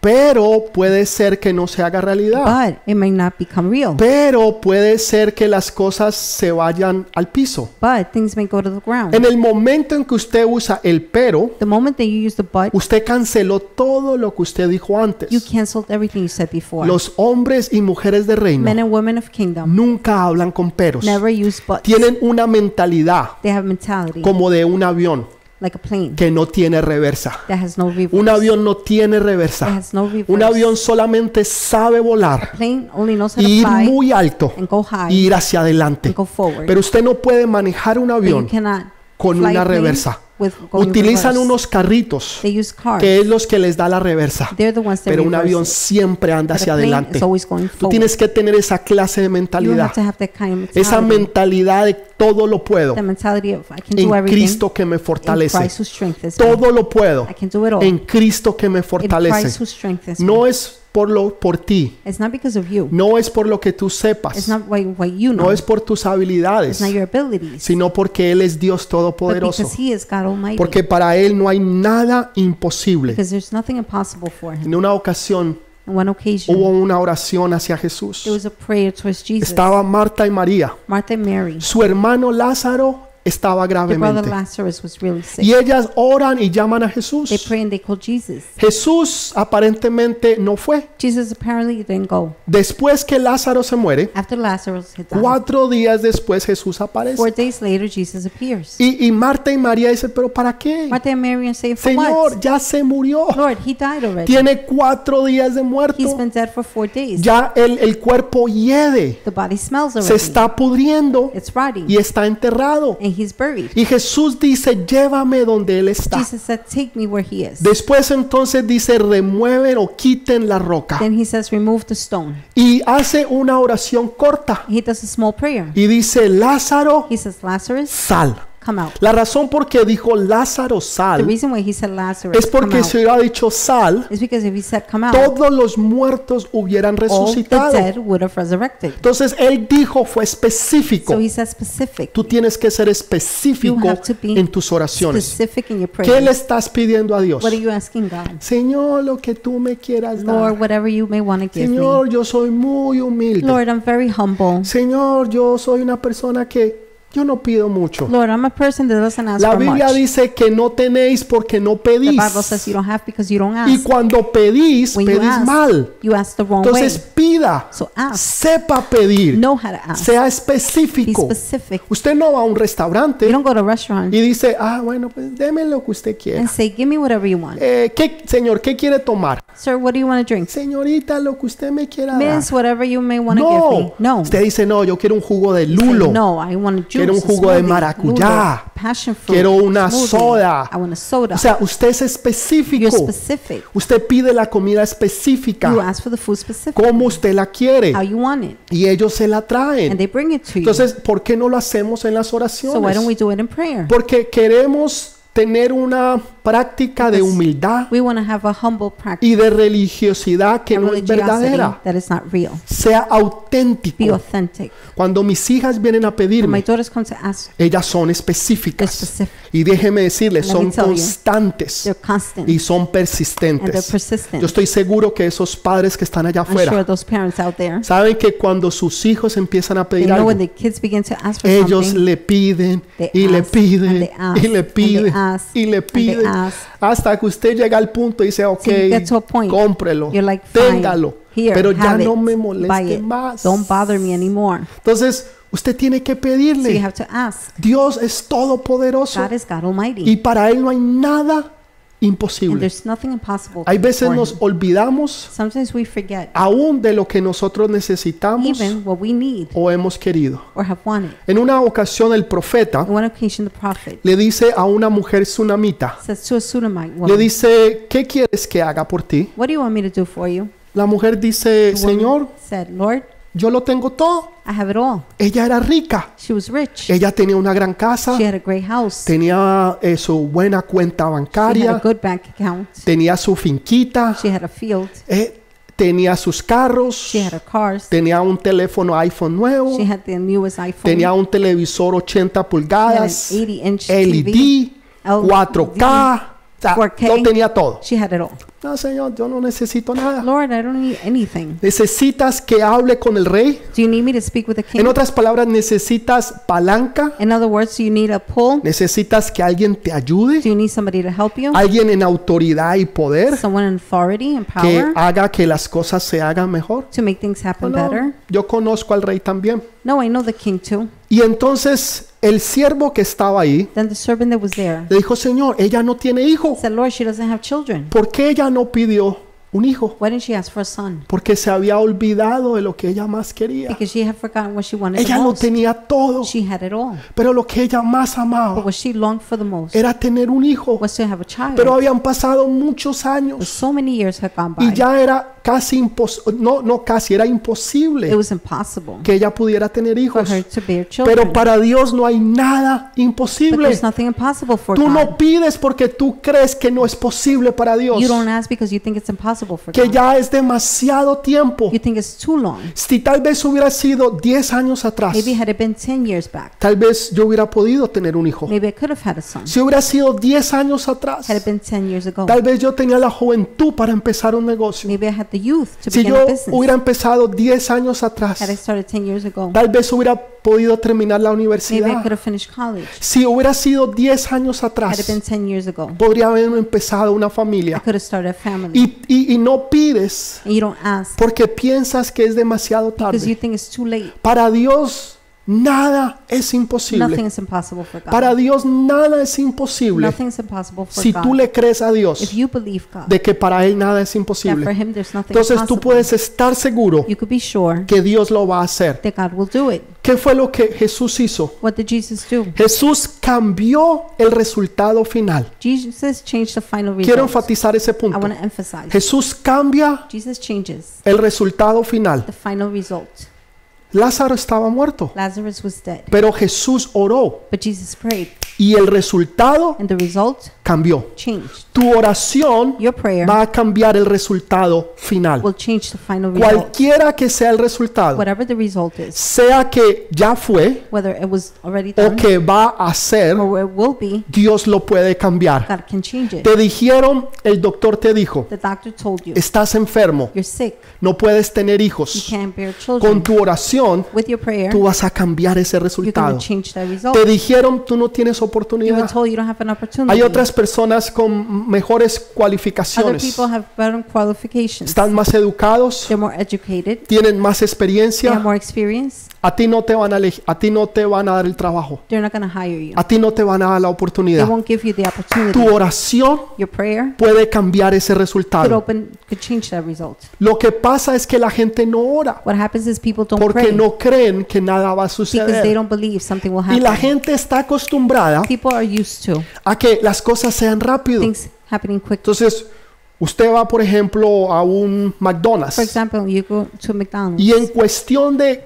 A: pero puede ser que no se haga realidad,
B: But it might not become real.
A: pero puede ser que las cosas se vayan al piso.
B: But things may go to the ground.
A: En el momento en que usted usa el pero,
B: the moment that you use the but,
A: Usted canceló todo lo que usted dijo
B: you
A: antes.
B: canceled everything you said before.
A: Los hombres y mujeres de
B: Men
A: reino
B: and women of kingdom
A: nunca hablan con peros.
B: never use buts.
A: Tienen una mentalidad
B: they have mentality
A: como de un avión
B: like a plane
A: que no tiene reversa.
B: that has no reverse.
A: Un avión no tiene
B: that
A: reversa.
B: has no reverse.
A: Un avión solamente sabe volar
B: plane only knows how to
A: y ir
B: fly
A: muy alto
B: and go high
A: y ir hacia adelante.
B: and go forward.
A: Pero usted no puede manejar un
B: But you
A: avión.
B: cannot
A: con
B: fly
A: una
B: a plane
A: reversa.
B: with going
A: Utilizan
B: reverse.
A: unos carritos
B: They use cars.
A: que es los que les da la reversa.
B: They're the ones that
A: Pero un
B: reverse
A: avión
B: it.
A: siempre anda
B: But a
A: hacia
B: plane
A: adelante.
B: is always going
A: Tú
B: forward.
A: tienes que tener esa clase de
B: you
A: mentalidad.
B: have to have that kind of
A: Esa
B: mentality.
A: mentalidad de todo lo puedo.
B: The mentality of I can do
A: En
B: everything
A: Cristo que me
B: in
A: fortalece.
B: Christ who strengthens me.
A: Todo lo puedo.
B: I can do it all
A: En Cristo que me
B: in Christ
A: fortalece.
B: who strengthens me.
A: No es por lo por ti.
B: It's not because of you.
A: No es por lo que tú
B: It's
A: sepas.
B: not what, what you know.
A: No es por tus
B: it's
A: habilidades,
B: not your abilities.
A: sino porque él es Dios
B: but
A: todopoderoso.
B: because He is God Almighty.
A: Porque para él no hay nada imposible.
B: because there's nothing impossible for Him.
A: En una ocasión
B: On one occasion,
A: hubo una oración hacia
B: there
A: Jesús.
B: was a prayer towards Jesus.
A: Estaba Marta y María.
B: Martha and Mary.
A: Su hermano Lázaro estaba
B: Their brother
A: gravemente.
B: Lazarus was really sick.
A: Y ellas oran y llaman a
B: They
A: Jesús.
B: pray and they call Jesus.
A: Jesús aparentemente no fue.
B: Jesus apparently didn't go.
A: Después que Lázaro se muere,
B: After Lazarus had died,
A: cuatro días después Jesús
B: four
A: aparece.
B: days later, Jesus appears.
A: Y, y Marta y María dicen, pero ¿para qué?
B: Martha and Mary are saying, For
A: Señor,
B: what?
A: ya se murió.
B: Lord, he died already.
A: Tiene cuatro días de
B: He's
A: muerto.
B: been dead for four days.
A: Ya el, el cuerpo hiede,
B: The body smells
A: se
B: already.
A: está pudriendo
B: It's rotting.
A: y está enterrado.
B: And he's buried.
A: Y Jesús dice, llévame donde él está.
B: Jesus said, Take me where he is.
A: Después entonces dice, remueven o quiten la roca.
B: Then he says, Remove the stone.
A: Y hace una oración corta.
B: He does a small prayer.
A: Y dice, Lázaro,
B: He says, Lazarus,
A: sal.
B: come out.
A: La razón por qué dijo Lázaro,
B: The
A: sal,
B: reason why he said Lazarus,
A: es
B: come
A: porque
B: out,
A: si hubiera dicho sal,
B: is because if he said, Come out,
A: todos los muertos hubieran
B: all the
A: resucitado.
B: dead would have resurrected.
A: Entonces él dijo, fue específico.
B: So he said, Specific.
A: Tú tienes que ser específico
B: You have to be
A: en tus oraciones.
B: Specific in your
A: ¿Qué
B: prayer.
A: le estás pidiendo a Dios?
B: What are you asking God?
A: Señor, lo que tú me quieras
B: Lord,
A: dar.
B: whatever you may want to give me.
A: Señor, yo soy muy humilde.
B: Lord, I'm very humble.
A: Señor, yo soy una persona que yo no pido mucho.
B: Lord, I'm a person that doesn't ask
A: La
B: for
A: Biblia
B: much.
A: dice que no tenéis porque no
B: The
A: pedís.
B: Bible says you don't have because you don't
A: Y
B: ask.
A: cuando pedís,
B: When you
A: pedís
B: ask,
A: mal.
B: you ask the wrong way.
A: Entonces pida,
B: So ask.
A: sepa pedir,
B: Know how to ask.
A: sea
B: Be
A: específico.
B: specific.
A: Usted no va a un
B: You
A: restaurante
B: don't go to a restaurant
A: y dice, ah, bueno, pues deme lo que usted quiera.
B: and say, give me whatever you want.
A: Eh, ¿qué, señor, ¿qué quiere tomar?
B: Sir, what do you want to drink?
A: Señorita, lo que usted me quiera dar.
B: Miss, whatever you may want to give me.
A: No.
B: No.
A: Usted dice, no, yo quiero un jugo de lulo.
B: No, I want a juice.
A: Quiero un
B: a
A: jugo de
B: smoothie,
A: maracuyá.
B: lulo, passion fruit,
A: Quiero una
B: smoothie.
A: soda.
B: I want a soda.
A: O sea, usted es específico.
B: You're specific.
A: Usted pide la comida
B: You
A: específica.
B: ask for the food specific.
A: Como usted la quiere.
B: How you want it.
A: Y ellos se la
B: And
A: traen.
B: they bring it to you.
A: Entonces, ¿por qué no lo hacemos en las
B: so why don't we
A: oraciones?
B: do it in prayer?
A: Porque queremos tener una práctica de
B: Because
A: humildad
B: we want to have a humble practice
A: y de religiosidad que
B: a
A: no es
B: religiosity
A: verdadera.
B: that is not real.
A: Sea
B: Be
A: auténtico.
B: authentic.
A: Cuando mis hijas vienen a
B: When my
A: pedirme,
B: daughters come to ask,
A: ellas son
B: they're
A: específicas.
B: specific.
A: Y déjeme decirles,
B: Let me
A: son
B: tell you,
A: constantes
B: They're constant.
A: y son
B: and they're
A: persistentes.
B: persistent.
A: Yo estoy seguro que esos padres que están allá
B: I'm sure
A: afuera
B: those parents out there,
A: saben que cuando sus hijos empiezan a
B: they
A: pedir
B: know
A: algo,
B: when the kids begin to ask for
A: ellos
B: something,
A: le piden
B: They
A: y le
B: ask, and
A: piden
B: they ask,
A: y le
B: and they
A: piden
B: ask,
A: y le
B: and they
A: piden
B: ask.
A: hasta que usted llega al punto y dice, ok,
B: you get to a point,
A: cómprelo,
B: you're like, fine,
A: téngalo,
B: here,
A: pero ya
B: have
A: no
B: it,
A: me
B: buy
A: moleste
B: it.
A: más.
B: Don't bother me anymore.
A: Entonces, usted tiene que
B: So you
A: pedirle.
B: have to ask.
A: Dios es todopoderoso
B: God is God
A: y
B: Almighty.
A: para Él no hay nada
B: And
A: imposible.
B: there's nothing impossible.
A: Hay veces
B: for
A: nos
B: him.
A: olvidamos
B: Sometimes we forget
A: aún de lo que nosotros necesitamos
B: even what we need
A: o hemos querido.
B: or have wanted.
A: En una ocasión el profeta
B: On one occasion, the prophet
A: le dice a una mujer tsunamita,
B: says to a Sulamite
A: le
B: woman,
A: dice, ¿qué quieres que haga por ti?
B: What do you want me to do for you?
A: La mujer dice,
B: The woman
A: Señor,
B: said, Lord,
A: yo lo tengo todo.
B: I have it all.
A: Ella era rica,
B: She was rich.
A: ella tenía una gran casa,
B: She had a great house. She
A: tenía eh, su buena cuenta
B: had a
A: bancaria,
B: good bank account.
A: tenía su finquita,
B: She had a field.
A: eh, tenía sus carros,
B: She had her cars.
A: tenía un teléfono iPhone nuevo,
B: She had the newest iPhone.
A: tenía un televisor 80 pulgadas, E
B: She had an 80-inch TV.
A: LED, 4K, o sea,
B: 4K.
A: no tenía todo.
B: E She had it all.
A: No, señor, yo no necesito nada.
B: Lord, I don't need anything.
A: ¿Necesitas que hable con el rey?
B: Do you need me to speak with the
A: En
B: king?
A: otras palabras, ¿necesitas palanca?
B: In other words, do you need a pull?
A: ¿Necesitas que alguien te ayude?
B: Do you need somebody to help you?
A: ¿Alguien en autoridad y poder
B: Someone in authority and
A: que
B: power
A: haga que las cosas se hagan mejor?
B: to make things happen
A: No,
B: better?
A: yo conozco al rey también.
B: No, I know the king too.
A: Y entonces el siervo que estaba ahí
B: Then the servant that was there
A: le dijo, Señor, ella no tiene hijo.
B: said, Lord, she doesn't have children.
A: ¿Por qué ella no pidió un hijo?
B: Why didn't she ask for a son?
A: Porque se había olvidado de lo que ella más quería.
B: Because she had forgotten what she wanted the
A: Ella lo
B: most.
A: tenía todo,
B: She had it all.
A: pero lo que ella más
B: But
A: amaba
B: what she longed for the most
A: Ah. era tener un hijo.
B: was to have a child.
A: Pero habían pasado muchos
B: But
A: años
B: so many years had gone
A: y
B: by.
A: ya era casi imposible, no, no casi, era
B: It
A: imposible
B: was impossible
A: que ella pudiera tener
B: for
A: hijos.
B: her to bear
A: Pero
B: children.
A: para Dios no hay nada
B: But
A: imposible.
B: there's nothing impossible for
A: Tú
B: God.
A: no pides porque tú crees que no es posible para Dios,
B: You don't ask because you think it's impossible for
A: que
B: God.
A: ya es demasiado tiempo.
B: You think it's too long.
A: Si tal vez hubiera sido 10 años atrás,
B: Maybe had it been 10 years back,
A: tal vez yo hubiera podido tener un hijo.
B: maybe I could have had a son.
A: Si hubiera sido 10 años atrás,
B: Had it been 10 years ago,
A: tal vez yo tenía la juventud para empezar un negocio.
B: maybe I had the youth to
A: Si
B: begin
A: yo
B: a business.
A: hubiera empezado 10 años
B: Had I
A: atrás,
B: started 10 years ago,
A: tal vez hubiera podido terminar la
B: maybe I
A: universidad.
B: could have finished college.
A: Si hubiera sido 10 años
B: Had it
A: atrás,
B: been 10 years ago,
A: podría haber empezado una
B: I
A: familia.
B: could have started a family.
A: Y, y- y no pides
B: And you don't ask
A: porque piensas que es demasiado
B: because you
A: tarde.
B: think it's too late.
A: Para Dios nada es
B: Nothing
A: imposible.
B: is impossible for God.
A: Para Dios nada es imposible.
B: Nothing is impossible for
A: Si tú
B: God.
A: le crees a
B: If
A: Dios
B: you believe God,
A: de que para Él nada es
B: that for
A: imposible,
B: Him there's nothing
A: entonces tú
B: impossible.
A: puedes estar seguro
B: You could be sure
A: que Dios lo va a hacer.
B: that God will do it.
A: ¿Qué fue lo que Jesús hizo?
B: What did Jesus do?
A: Jesús cambió el resultado final.
B: Jesus changed the final
A: Quiero
B: result.
A: enfatizar ese
B: I
A: punto.
B: want to emphasize.
A: Jesús cambia
B: Jesus changes
A: el resultado final.
B: the final result.
A: Lázaro estaba muerto,
B: Lazarus was dead,
A: pero Jesús oró
B: but Jesus prayed,
A: y el resultado
B: and the result
A: cambió.
B: changed.
A: Tu oración
B: Your prayer
A: va a cambiar el resultado final.
B: will change the final result.
A: Cualquiera que sea el resultado,
B: Whatever the result is,
A: sea que ya fue
B: whether it was already
A: o
B: done
A: que va a ser,
B: or it will be,
A: Dios lo puede cambiar.
B: God can change it.
A: Te dijeron, el doctor te dijo,
B: The doctor told you,
A: estás enfermo,
B: you're sick,
A: no puedes tener
B: you
A: hijos.
B: can't bear
A: Con
B: children.
A: tu oración,
B: With your prayer,
A: tú vas a cambiar ese
B: you're going
A: resultado.
B: to change that
A: Te
B: result.
A: dijeron, tú no tienes
B: You were
A: oportunidad.
B: told you don't have an
A: Hay
B: opportunity.
A: otras personas con mejores
B: Other
A: cualificaciones.
B: people have better qualifications.
A: Están más educados,
B: They're more educated.
A: tienen más
B: They have
A: experiencia,
B: more experience.
A: A ti no te van a, eleg- a ti no te van a dar el trabajo.
B: They're not going to hire you.
A: A ti no te van a dar la
B: They
A: oportunidad.
B: won't give you the opportunity.
A: Tu oración
B: Your prayer
A: puede cambiar ese
B: could
A: resultado.
B: open, could change that result.
A: Lo que pasa es que la gente no ora
B: What happens is people don't
A: porque
B: pray
A: no creen que nada va a
B: because they
A: suceder.
B: don't believe something will
A: Y la
B: happen.
A: gente está acostumbrada
B: People are used to
A: a que las cosas sean rápido.
B: things happening quick.
A: Entonces, usted va, por ejemplo, a un
B: For
A: McDonald's
B: example, you go to McDonald's.
A: y en cuestión de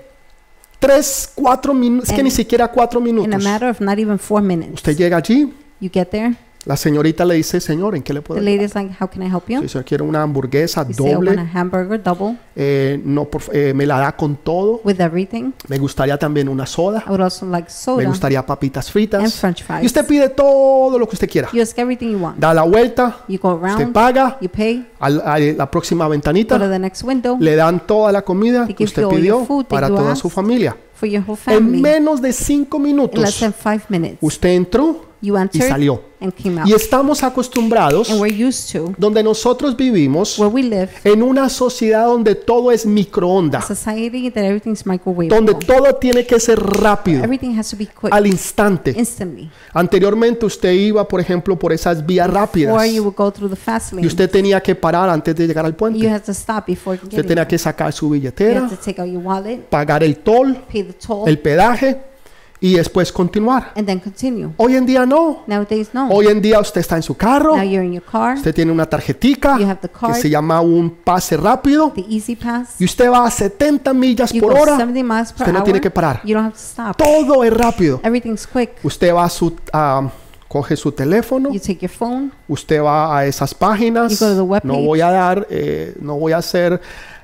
A: 3, 4 minutos, es que
B: En-
A: ni siquiera 4
B: In a
A: minutos,
B: matter of not even four minutes,
A: usted llega allí,
B: you get there.
A: la señorita le dice, señor, ¿en qué le puedo
B: The
A: ayudar?
B: lady's like, "How can I help
A: Sí,
B: you?"
A: señor, quiero una hamburguesa
B: You say, "I want a
A: doble,
B: hamburger, double
A: eh, no, por fa- eh, me la da con todo,
B: with everything.
A: me gustaría también una soda,
B: I would also like
A: me
B: soda
A: gustaría papitas
B: and
A: fritas.
B: French
A: Y
B: fries."
A: usted pide todo lo que usted quiera.
B: You ask everything you want.
A: Da la vuelta,
B: You go
A: usted
B: around.
A: paga,
B: You pay.
A: al- a la próxima
B: Go to
A: ventanita
B: the next window
A: le dan toda la comida
B: They
A: que
B: give
A: usted
B: you all your
A: pidió
B: food that
A: para
B: you
A: toda
B: asked.
A: su familia.
B: for your whole
A: En
B: family em-
A: menos de cinco
B: in less
A: minutos,
B: than five minutes.
A: usted entró
B: You
A: y
B: entered
A: salió.
B: and came out.
A: Y estamos acostumbrados,
B: And we're used to
A: donde nosotros vivimos,
B: where we live,
A: en una sociedad donde todo es
B: a
A: microondas,
B: society that everything's
A: donde
B: microwavable.
A: todo tiene que ser rápido,
B: Everything has to be quick,
A: al instante.
B: instantly.
A: Anteriormente usted iba, por ejemplo, por esas vías
B: Or
A: rápidas
B: you will go through the fast
A: y
B: lane.
A: usted tenía que parar antes de llegar al
B: You
A: puente.
B: have to stop before
A: Usted
B: getting.
A: tenía que sacar su
B: You
A: billetera,
B: have to take out your wallet,
A: pagar el toll,
B: pay the toll,
A: el pedaje y después continuar.
B: and then continue.
A: Hoy en día no.
B: Nowadays, no.
A: Hoy en día usted está en su carro,
B: Now you're in your car,
A: usted tiene una tarjetica
B: You have the
A: que
B: card.
A: se llama un pase rápido
B: the easy pass.
A: y usted va a 70 millas
B: You
A: por
B: go
A: hora.
B: 70 miles per
A: Usted no
B: hour.
A: tiene que parar.
B: You don't have to stop.
A: Todo es rápido.
B: Everything's quick.
A: Usted va a su a- coge su teléfono,
B: You take your phone.
A: usted va a esas páginas.
B: You go to the webpage.
A: No voy a dar, eh, no voy a hacer,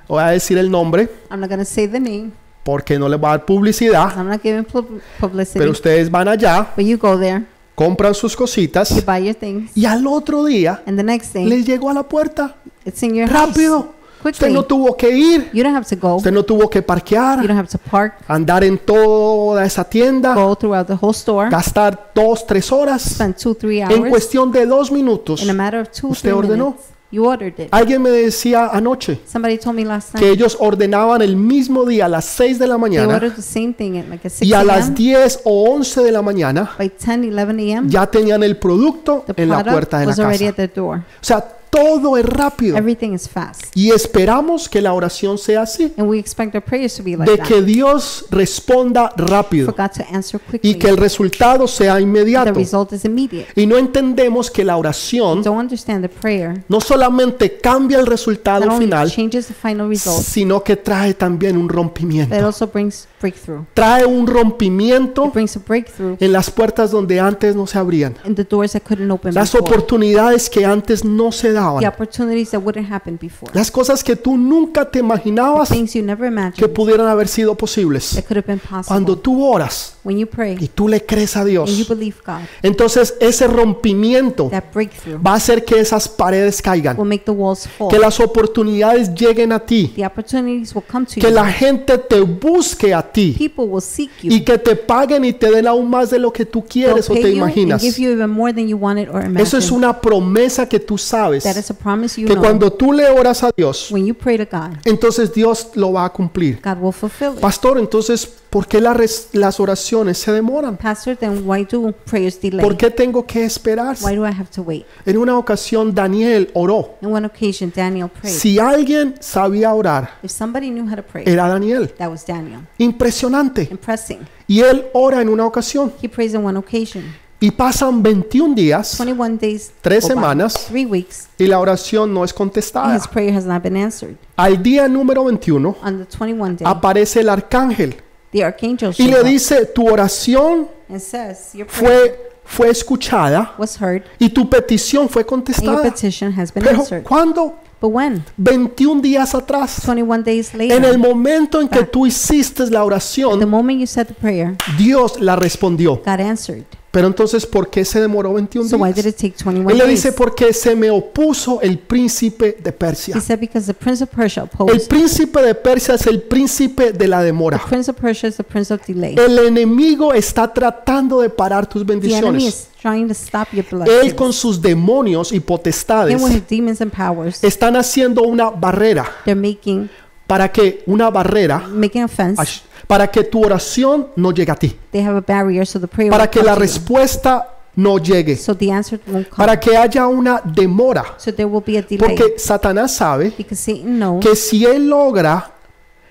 A: voy a decir el nombre
B: I'm not gonna say the name.
A: porque no les va a dar publicidad.
B: I'm not giving pub-
A: Pero
B: publicity.
A: ustedes van allá,
B: But you go there,
A: compran sus
B: you
A: cositas
B: buy your things,
A: y al otro día
B: and the next thing
A: les llegó a la puerta.
B: it's in your house.
A: Rápido. Usted
B: Quickly.
A: no tuvo que ir,
B: You don't have to go.
A: usted no tuvo que
B: You
A: parquear,
B: don't have to park.
A: andar en toda esa tienda,
B: Go throughout the whole store.
A: gastar dos, tres horas.
B: Spend two, three
A: En
B: hours.
A: cuestión de dos minutos,
B: In a matter of two,
A: Usted
B: three
A: ordenó.
B: minutes, you ordered it.
A: alguien me decía anoche
B: Somebody told me last
A: que
B: night
A: ellos ordenaban el mismo día a las 6 de la
B: they
A: mañana
B: ordered the same thing at like a 6
A: ¿eh? y a las
B: a.m.
A: 10 o 11 de la mañana
B: By 10, 11 a.m.,
A: ya tenían el producto
B: the
A: en la
B: product
A: puerta de la
B: was already
A: casa.
B: at the door.
A: O sea, todo es rápido
B: Everything is fast.
A: y esperamos que la oración sea así,
B: And we expect our prayers to be like
A: de
B: that.
A: que Dios responda rápido
B: For God to answer quickly.
A: y que el resultado sea
B: The
A: inmediato.
B: result is immediate.
A: Y no entendemos que la oración
B: Don't understand the prayer.
A: no solamente cambia el resultado
B: Not only
A: final,
B: changes the final result,
A: sino que trae también un
B: That
A: rompimiento.
B: also brings breakthrough.
A: Trae un rompimiento
B: It brings a breakthrough
A: en las puertas donde antes no se abrían.
B: in the doors that couldn't open
A: Las
B: before.
A: oportunidades que antes no se
B: The
A: daban.
B: opportunities that wouldn't happen before.
A: Las cosas que tú nunca te imaginabas
B: Things you
A: que
B: never imagined
A: pudieran haber sido posibles.
B: that could have been
A: Cuando
B: possible.
A: tú oras
B: When you pray
A: y tú le crees a
B: and you
A: Dios,
B: believe God,
A: entonces ese rompimiento
B: that breakthrough
A: va a hacer que esas paredes caigan,
B: will make the walls fall.
A: que las oportunidades lleguen a ti,
B: The opportunities will come to
A: que la
B: you.
A: gente te busque a ti
B: People will seek
A: y
B: you.
A: que te paguen y te den aún más de lo que tú
B: They'll
A: quieres o te
B: pay you and
A: imaginas.
B: give you even more than you wanted or
A: Eso es
B: imagined.
A: una promesa que tú sabes,
B: That is a promise you
A: que
B: know.
A: cuando tú le oras a Dios,
B: When you pray to God,
A: entonces Dios lo va a cumplir.
B: God will fulfill it.
A: Pastor, entonces, ¿por qué la res- las oraciones se demoran?
B: Pastor, then why do prayers delay?
A: ¿Por qué tengo que esperar?
B: Why do I have to wait?
A: En una ocasión Daniel oró.
B: On one occasion, Daniel prayed.
A: Si alguien sabía orar,
B: If somebody knew how to pray,
A: era Daniel.
B: that was Daniel.
A: Impresionante.
B: Impressing.
A: Y él ora en una ocasión.
B: He prays on one occasion.
A: Y pasan 21 días
B: 21 days,
A: Tres
B: go by,
A: semanas.
B: three weeks,
A: y la oración no es
B: and
A: contestada.
B: his prayer has not been answered.
A: Al día número 21
B: On the 21 day,
A: aparece el arcángel
B: the archangel
A: Ah. y
B: showed
A: le
B: up
A: dice, tu oración
B: and says, Your prayer
A: fue, fue escuchada
B: was heard,
A: y tu petición fue
B: and your
A: contestada.
B: petition has been
A: Pero
B: answered.
A: ¿cuándo?
B: But when?
A: 21 días atrás.
B: 21 days later,
A: En el momento en que
B: Ah.
A: tú hiciste la
B: the
A: oración,
B: moment you said the prayer,
A: Dios la respondió.
B: God answered.
A: Pero entonces, ¿por qué se demoró 21
B: So why did
A: días?
B: it take 21
A: Él le
B: days?
A: dice, porque se me opuso el príncipe de
B: He
A: Persia.
B: said, Because the prince of Persia
A: El
B: opposed.
A: príncipe de Persia es el príncipe de la demora.
B: Prince of Persia is the prince of delay.
A: El enemigo está tratando de parar tus
B: The enemy
A: bendiciones.
B: is trying to stop your
A: Él
B: blessings.
A: con sus demonios y
B: Him with
A: potestades
B: his demons and powers,
A: están haciendo una barrera
B: they're making
A: para que una barrera,
B: making a fence.
A: ash- para que tu oración no llegue a ti,
B: they have a barrier so the prayer
A: para
B: won't
A: que
B: come
A: la
B: to you.
A: respuesta no llegue,
B: so the answer won't come.
A: para que haya una demora,
B: so there will be a delay.
A: porque Satanás sabe
B: because Satan knows
A: que si él logra,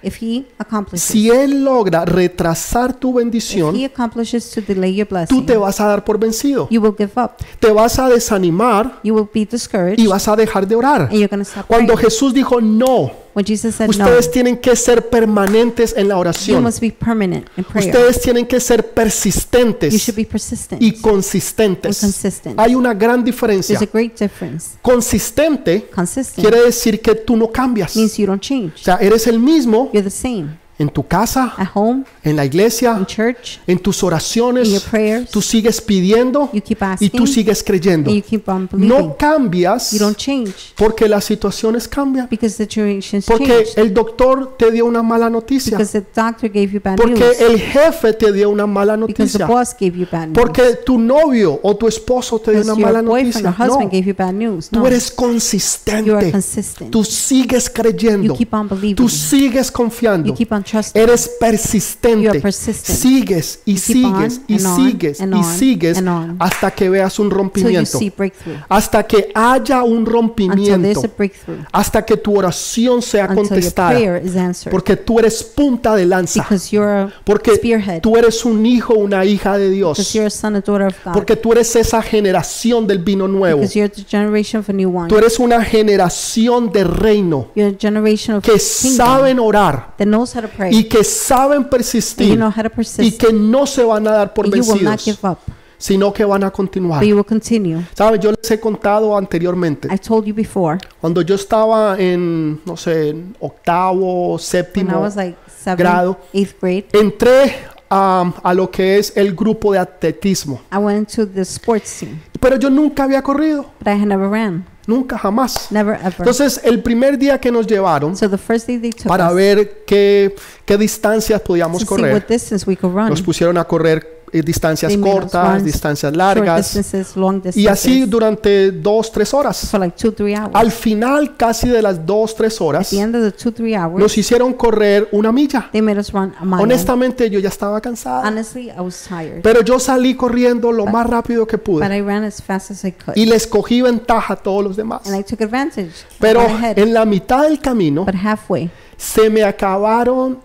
B: if he accomplishes,
A: si él logra retrasar tu
B: if
A: bendición,
B: he accomplishes to delay your
A: tú
B: blessing,
A: te vas a dar por vencido,
B: you will give up.
A: te vas a desanimar
B: You will be discouraged,
A: y vas a dejar de orar.
B: and you're going to stop
A: Cuando
B: praying.
A: Jesús dijo no,
B: When Jesus said no,
A: ustedes tienen que ser permanentes en la
B: you
A: oración.
B: must be permanent in prayer.
A: Ustedes tienen que ser
B: you
A: persistentes
B: should be persistent
A: y
B: and
A: consistentes.
B: consistent.
A: Hay una gran diferencia.
B: There's a great difference.
A: Consistente
B: Consistent
A: quiere decir que tú no cambias. O
B: means you don't change.
A: sea, eres el mismo
B: You're the same
A: en tu casa,
B: at home,
A: en la
B: in
A: iglesia,
B: church,
A: en tus
B: in your
A: oraciones.
B: prayers.
A: Tú sigues pidiendo
B: You keep
A: y
B: asking,
A: tú sigues creyendo.
B: and you keep on believing.
A: No cambias
B: you don't change
A: porque las situaciones cambian.
B: because the situations
A: Porque
B: changed.
A: el doctor te dio una mala noticia.
B: Because the doctor gave you bad
A: Porque
B: news.
A: el jefe te dio una mala
B: Because the
A: noticia.
B: boss gave you bad news.
A: Porque tu novio o tu esposo te dio
B: because
A: una
B: your
A: mala
B: boyfriend or
A: noticia.
B: husband
A: No,
B: gave you bad news.
A: tú
B: No,
A: eres
B: you are
A: consistente.
B: consistent.
A: Tú sigues
B: you
A: creyendo.
B: keep on believing.
A: Tú sigues
B: You
A: confiando.
B: keep on trusting.
A: Eres
B: You are
A: persistente.
B: persistent.
A: Sigues y
B: keep on
A: sigues y
B: and on
A: sigues
B: and
A: y
B: on
A: sigues
B: and on.
A: hasta que veas un
B: Until you
A: rompimiento.
B: see breakthrough.
A: Hasta que haya un
B: Until there's a
A: rompimiento.
B: breakthrough.
A: Hasta que tu oración sea
B: Until your
A: contestada.
B: prayer is answered.
A: Porque tú eres punta de lanza.
B: Because you're
A: Porque
B: spearhead.
A: tú eres un hijo, una hija de Dios.
B: Because you're a son or daughter of God.
A: Porque tú eres esa generación del vino nuevo.
B: because you're the generation of a new one.
A: Tú eres una generación de reino
B: You're a generation of
A: que
B: kingdom
A: saben orar
B: that knows how to pray.
A: y que saben
B: and you
A: persistir
B: know how to persist.
A: y que no se van a dar por
B: and you will not give
A: vencidos, Ah.
B: up.
A: sino que van a continuar.
B: But you will continue.
A: Saben, yo les he contado anteriormente,
B: I told you before.
A: cuando yo estaba en, no sé, en octavo,
B: When I
A: séptimo,
B: was like seventh,
A: grado.
B: eighth grade,
A: entré a, a lo que es el grupo de atletismo.
B: I went into the sports team.
A: Pero yo nunca había corrido,
B: But I had never ran.
A: nunca, jamás.
B: Never ever.
A: Entonces, el primer día que nos llevaron,
B: so the first day they took
A: para
B: us
A: ver qué, qué distancias
B: to
A: podíamos
B: see what
A: correr.
B: distance we could run.
A: Nos pusieron a correr eh, distancias
B: They made us
A: cortas,
B: run
A: distancias
B: Short
A: largas
B: distances, long distances.
A: y así durante dos, tres horas.
B: for like two, three hours.
A: Al final casi de las dos, tres
B: At
A: horas
B: the end of the two, three hours,
A: nos hicieron correr una milla.
B: they made us run a mile.
A: Honestamente yo ya estaba cansada,
B: Honestly, I was tired.
A: pero yo salí corriendo lo más rápido que
B: but
A: pude
B: I ran as fast as I could.
A: y les cogí ventaja a todos los demás.
B: and I took advantage.
A: Pero
B: Went ahead,
A: en la mitad del camino
B: but halfway,
A: se me acabaron,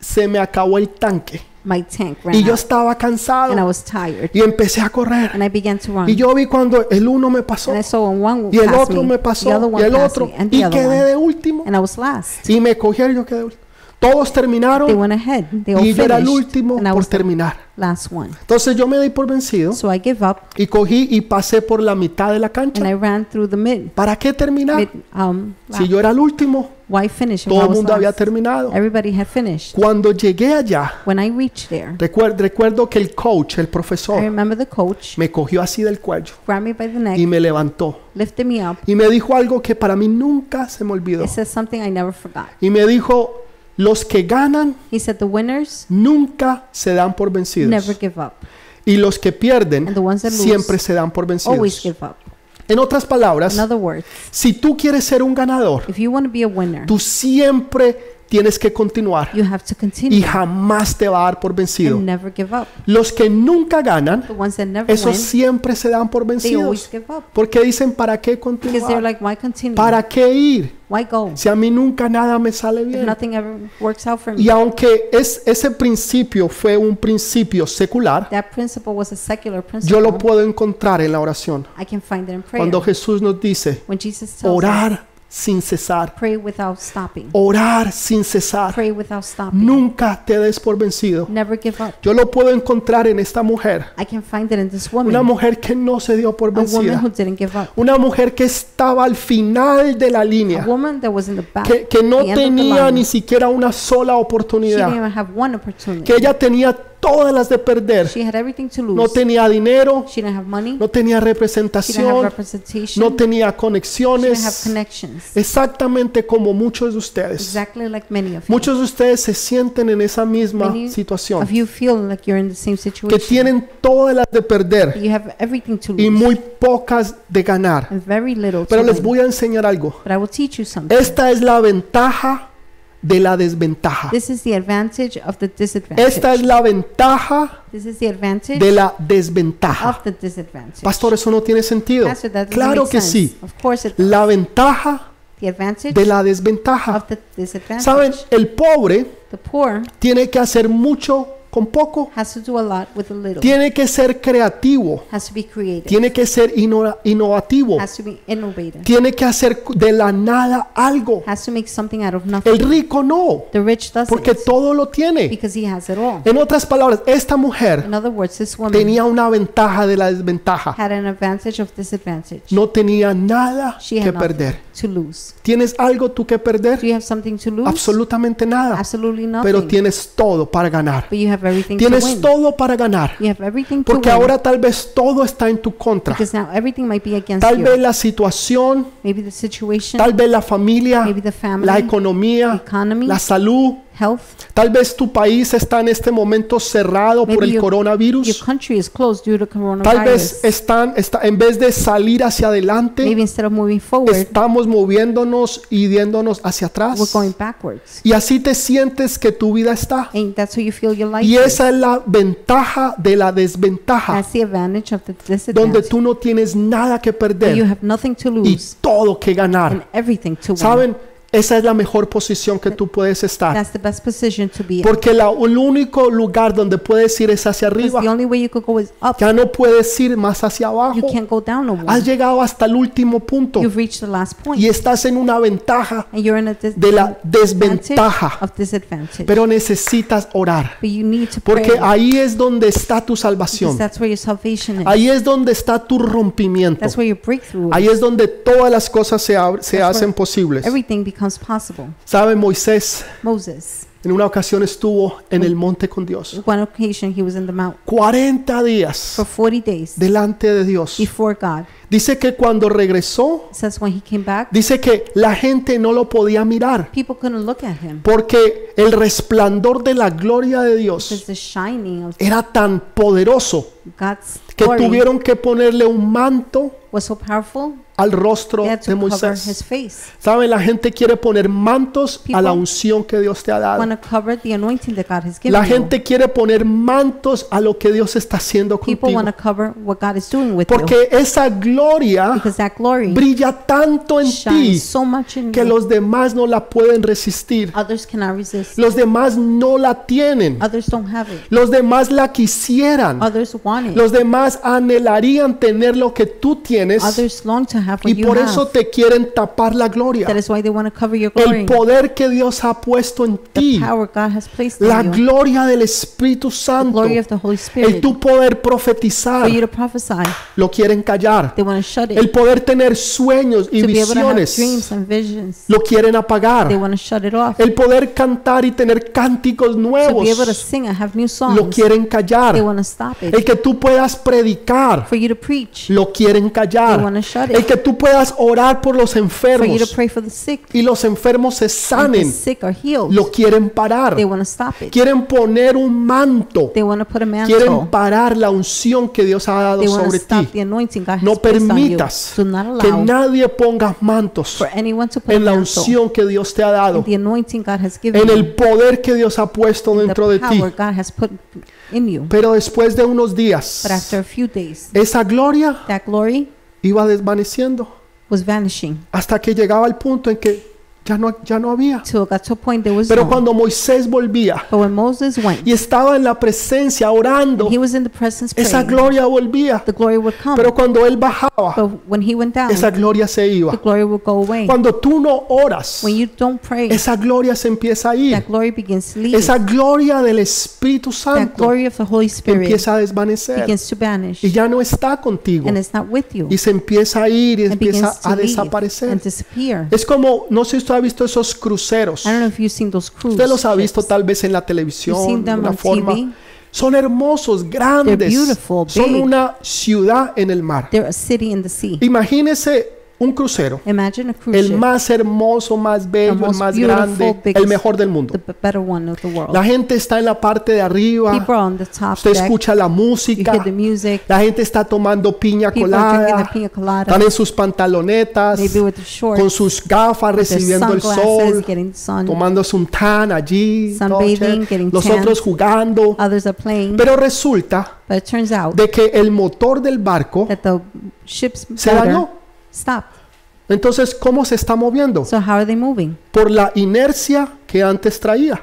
A: se me acabó el tanque
B: my tank ran
A: y yo
B: out,
A: estaba
B: and I
A: cansado
B: was tired.
A: y empecé a correr.
B: And I began to run.
A: Y yo vi cuando el uno me pasó
B: and I saw when one
A: y el
B: passed
A: otro
B: me,
A: me
B: the
A: pasó
B: other
A: y
B: one
A: el
B: passed
A: otro
B: me, and the
A: y
B: other
A: quedé
B: one.
A: de último
B: And I was last.
A: y me cogieron y yo quedé de último. Todos
B: They
A: terminaron
B: went ahead. They all
A: y yo era el
B: finished,
A: último
B: and I
A: por
B: was the
A: terminar.
B: last one.
A: Entonces yo me di por vencido
B: So I give up,
A: y cogí y pasé por la mitad de la
B: and
A: cancha.
B: I ran through the mid.
A: ¿Para qué terminar?
B: mid um, lap.
A: Si yo era el último,
B: Why finish? if
A: todo
B: I
A: el
B: was
A: mundo había
B: last?
A: terminado.
B: Everybody had finished.
A: Cuando llegué allá,
B: When I reached there,
A: recuer- recuerdo que el coach, el
B: I
A: profesor,
B: remember the coach
A: me cogió así del cuello
B: grabbed me by the
A: y
B: neck,
A: me levantó
B: lifted me up.
A: y me dijo algo que para mí nunca se me olvidó.
B: It says something I never forgot.
A: Y me dijo, los que ganan
B: He said, "The winners
A: nunca se dan por
B: never
A: vencidos.
B: give up.
A: Y los que pierden
B: And the ones that lose
A: siempre se dan por
B: Always
A: vencidos.
B: give up."
A: En otras
B: In
A: palabras,
B: other words,
A: si tú quieres ser un ganador,
B: if you want to be a winner,
A: tú siempre tienes que continuar
B: you have to
A: y
B: continue
A: jamás te va a dar por vencido.
B: and never give up.
A: Los que nunca ganan,
B: The ones that never
A: esos
B: win,
A: siempre se dan por
B: they always
A: vencidos.
B: give up
A: Porque dicen, ¿para qué
B: because they're
A: continuar?
B: like, "Why continue?
A: ¿Para qué ir?
B: Why go?
A: Si a mí nunca nada me sale
B: If
A: bien.
B: nothing ever works out for me."
A: Y aunque es, ese principio fue un principio secular,
B: That principle was a secular principle.
A: Yo lo puedo encontrar en la oración.
B: I can find it in prayer.
A: Cuando Jesús nos dice,
B: when Jesus tells us,
A: orar sin cesar,
B: pray without stopping.
A: orar sin cesar,
B: Pray without stopping.
A: nunca te des por vencido.
B: Never give up.
A: Yo lo puedo encontrar en esta mujer,
B: I can find it in this woman.
A: una mujer que no se dio por
B: a woman
A: vencida,
B: who didn't give up.
A: una mujer que estaba al final de la
B: A
A: línea,
B: woman that was in the back.
A: que, que no
B: the end of the
A: tenía
B: line.
A: ni siquiera una sola
B: She didn't
A: oportunidad,
B: even have one opportunity.
A: que ella tenía todas las de perder,
B: she had everything to lose.
A: no tenía dinero,
B: she didn't have money.
A: no tenía
B: she didn't have
A: representación,
B: representation.
A: no tenía
B: she didn't have
A: conexiones,
B: connections.
A: Exactamente como muchos de ustedes.
B: Exactly like many of you.
A: Muchos de ustedes se sienten en esa misma
B: Many
A: situación,
B: Of you feel like you're in the same
A: que
B: situation.
A: tienen todas las de perder
B: you have everything to lose
A: y muy pocas de ganar.
B: and very little
A: Pero
B: to
A: les
B: win.
A: voy a enseñar algo.
B: But I will teach you something.
A: Esta es la ventaja de la desventaja.
B: This is the advantage of the disadvantage.
A: Esta es la ventaja
B: this is the advantage
A: de la desventaja.
B: of the disadvantage.
A: Pastor, eso no tiene sentido.
B: Pastor, that doesn't
A: Claro
B: make
A: que
B: sense.
A: sí.
B: Of course it
A: La ventaja
B: The advantage
A: de la desventaja.
B: of the disadvantage.
A: Saben, el pobre
B: The poor
A: tiene que hacer mucho con poco.
B: has to do a lot with a little.
A: Tiene que ser creativo.
B: has to be creative.
A: Tiene que ser inno- innovativo.
B: has to be innovative.
A: Tiene que hacer de la nada algo.
B: has to make something out of
A: El
B: nothing.
A: rico no,
B: the rich doesn't
A: porque todo lo tiene.
B: because he has it all.
A: En otras palabras, esta mujer
B: In other words, this woman
A: tenía una ventaja de la desventaja.
B: had an advantage of disadvantage.
A: No tenía nada
B: She
A: que
B: had nothing
A: perder.
B: to lose.
A: ¿Tienes algo tú que
B: Do
A: perder?
B: you have something to lose?
A: Absolutamente nada.
B: Absolutely nothing.
A: Pero tienes todo para ganar.
B: but you have everything to
A: Tienes
B: win.
A: todo para ganar.
B: You have everything to
A: Porque
B: win.
A: ahora tal vez todo está en tu contra.
B: because now everything might be against
A: Tal
B: you.
A: vez la situación,
B: maybe the situation,
A: tal vez la familia,
B: maybe the family,
A: la economía,
B: economy,
A: la salud.
B: health.
A: Tal vez tu país está en este momento cerrado por
B: Maybe
A: el
B: your- Your
A: coronavirus.
B: country is closed due to coronavirus.
A: Tal vez están, está, en vez de salir hacia adelante,
B: maybe instead of moving forward,
A: estamos moviéndonos y yéndonos hacia atrás.
B: we're going backwards.
A: Y así te sientes que tu vida está.
B: And that's how you feel your life
A: Y
B: is.
A: esa es la ventaja de la desventaja,
B: That's the advantage of the
A: ah. donde
B: disadvantage.
A: tú no tienes nada que
B: You
A: perder
B: have nothing to
A: y
B: lose
A: todo que ganar.
B: and everything to win.
A: Saben, esa es la mejor posición que tú puedes estar.
B: That's the best position to be in.
A: Porque la- el único lugar donde puedes ir es hacia
B: Because
A: arriba.
B: the only way you could go is up.
A: Ya no puedes ir más hacia
B: You
A: abajo.
B: can't go down no more.
A: Has llegado hasta el último punto
B: You've reached the last point.
A: y estás en una ventaja
B: And you're in a dis-
A: de la
B: advantage
A: desventaja.
B: of disadvantage.
A: Pero necesitas orar.
B: but you need to pray.
A: Porque ahí es donde está tu
B: because
A: salvación.
B: that's where your salvation is.
A: Ahí es donde está tu rompimiento.
B: that's where your breakthrough
A: Ahí
B: is.
A: es donde todas las cosas se, ab- se
B: That's
A: hacen
B: where
A: posibles.
B: Everything becomes possible.
A: ¿Sabe Moisés?
B: Moses,
A: En una ocasión estuvo en el monte con Dios.
B: one occasion he was in the mount
A: 40 días
B: for 40 days
A: delante de Dios.
B: before God.
A: Dice que cuando regresó,
B: It says when he came back,
A: dice que la gente no lo podía mirar.
B: people couldn't look at him
A: Porque el resplandor de la gloria de Dios
B: because the shining of
A: era tan poderoso
B: God's
A: que
B: glory
A: tuvieron que ponerle un manto
B: was so powerful
A: al rostro
B: they had
A: de
B: to cover his
A: Moisés.
B: face.
A: Saben, la gente quiere poner mantos a la unción que Dios te ha
B: Want
A: dado.
B: to cover the anointing that God has given
A: La
B: you.
A: gente quiere poner mantos a lo que Dios está haciendo
B: People
A: contigo.
B: want to cover what God is doing with you
A: Porque esa gloria
B: because that glory
A: brilla tanto en ti
B: shines so much in
A: que
B: you,
A: los demás no la pueden resistir.
B: others cannot resist.
A: Los demás no la tienen.
B: Others don't have it.
A: Los demás la quisieran.
B: Others want it.
A: Los demás anhelarían tener lo que tú tienes
B: Others long to have what
A: y
B: you
A: por eso
B: have.
A: te quieren tapar la
B: That
A: gloria.
B: is why they want to cover your
A: El
B: glory.
A: poder que Dios ha puesto en
B: The
A: ti,
B: power God has placed
A: la
B: in you.
A: gloria del Espíritu
B: The
A: Santo,
B: glory of the Holy
A: el
B: Spirit.
A: tu poder
B: For you
A: profetizar,
B: to prophesy.
A: lo quieren callar.
B: They want to shut it.
A: El poder tener sueños y
B: to be able to have dreams
A: visiones,
B: and visions.
A: lo quieren
B: They
A: apagar.
B: want to shut it off.
A: El poder cantar y tener cánticos
B: to be able to
A: nuevos,
B: sing and have new
A: lo
B: songs.
A: quieren
B: They
A: callar.
B: want to stop it.
A: El que tú puedas predicar,
B: For you to preach.
A: lo quieren
B: They
A: callar.
B: wanna shut it.
A: El que tú puedas orar por los
B: For you to
A: enfermos
B: pray for the sick.
A: y los enfermos se
B: and The
A: sanen,
B: sick are healed.
A: lo quieren parar.
B: They want to stop it.
A: Quieren poner un manto,
B: They want to put a
A: quieren
B: mantle.
A: parar la unción que Dios ha dado
B: They want
A: sobre
B: to stop
A: ti.
B: the anointing God has
A: No
B: placed on you.
A: permitas
B: Do not
A: Que
B: allow
A: nadie ponga mantos
B: for anyone to put a
A: en la
B: mantle.
A: unción que Dios te ha
B: in
A: dado,
B: The anointing God has given
A: en
B: you.
A: el poder que Dios ha puesto dentro de
B: the
A: ti.
B: power God has put in you.
A: Pero después de unos días,
B: But after a few days,
A: esa gloria
B: that glory
A: iba desvaneciendo
B: was vanishing.
A: hasta que llegaba al punto en que ya no, ya no había.
B: Till it got to a point there was
A: Pero
B: none.
A: cuando Moisés volvía,
B: But when Moses went,
A: y estaba en la presencia orando,
B: he was in the presence
A: esa
B: praying.
A: gloria volvía.
B: The glory would come.
A: Pero cuando él bajaba,
B: But when he went down,
A: esa
B: the
A: gloria se iba.
B: glory would go away.
A: Cuando tú no oras,
B: When you don't pray,
A: esa gloria se empieza a ir.
B: that glory begins to leave.
A: Esa gloria del Espíritu
B: That
A: Santo
B: glory of the Holy Spirit
A: empieza a desvanecer
B: begins to vanish.
A: y ya no está contigo.
B: And it's not with you.
A: Y se empieza a ir y
B: It
A: empieza
B: begins to
A: a
B: leave
A: desaparecer.
B: and disappear.
A: Es como, no sé si usted ha visto esos cruceros.
B: I don't know if you've seen those cruise
A: Usted los ha visto
B: ships.
A: tal vez en la televisión,
B: You've seen
A: de
B: them
A: una
B: on
A: forma.
B: TV.
A: Son hermosos, grandes.
B: beautiful,
A: Son
B: big.
A: una ciudad en el mar.
B: They're a city in the sea.
A: Imagínese un crucero,
B: Imagine a cruise
A: el
B: ship,
A: más hermoso, más bello, el
B: most
A: más
B: beautiful,
A: grande, el
B: biggest-
A: mejor del mundo.
B: the b- better one of the world.
A: La gente está en la parte de
B: People
A: arriba,
B: are on the top
A: usted
B: deck.
A: escucha la
B: You
A: música,
B: hear the music.
A: la gente está tomando piña
B: People are drinking
A: colada,
B: the pina colada.
A: están en sus pantalonetas,
B: Maybe with the
A: con
B: shorts,
A: sus gafas
B: their
A: recibiendo el
B: sunglasses,
A: sol,
B: getting sun.
A: tomándose un tan allí, todo
B: Sunbathing,
A: chévere.
B: getting
A: los
B: tan.
A: otros jugando.
B: Others are playing.
A: Pero resulta
B: But it turns out
A: de que el motor del barco,
B: that the ship's
A: Se
B: motor
A: dañó.
B: stopped.
A: entonces, ¿cómo se está moviendo?
B: So how are they moving?
A: Por la inercia que antes traía.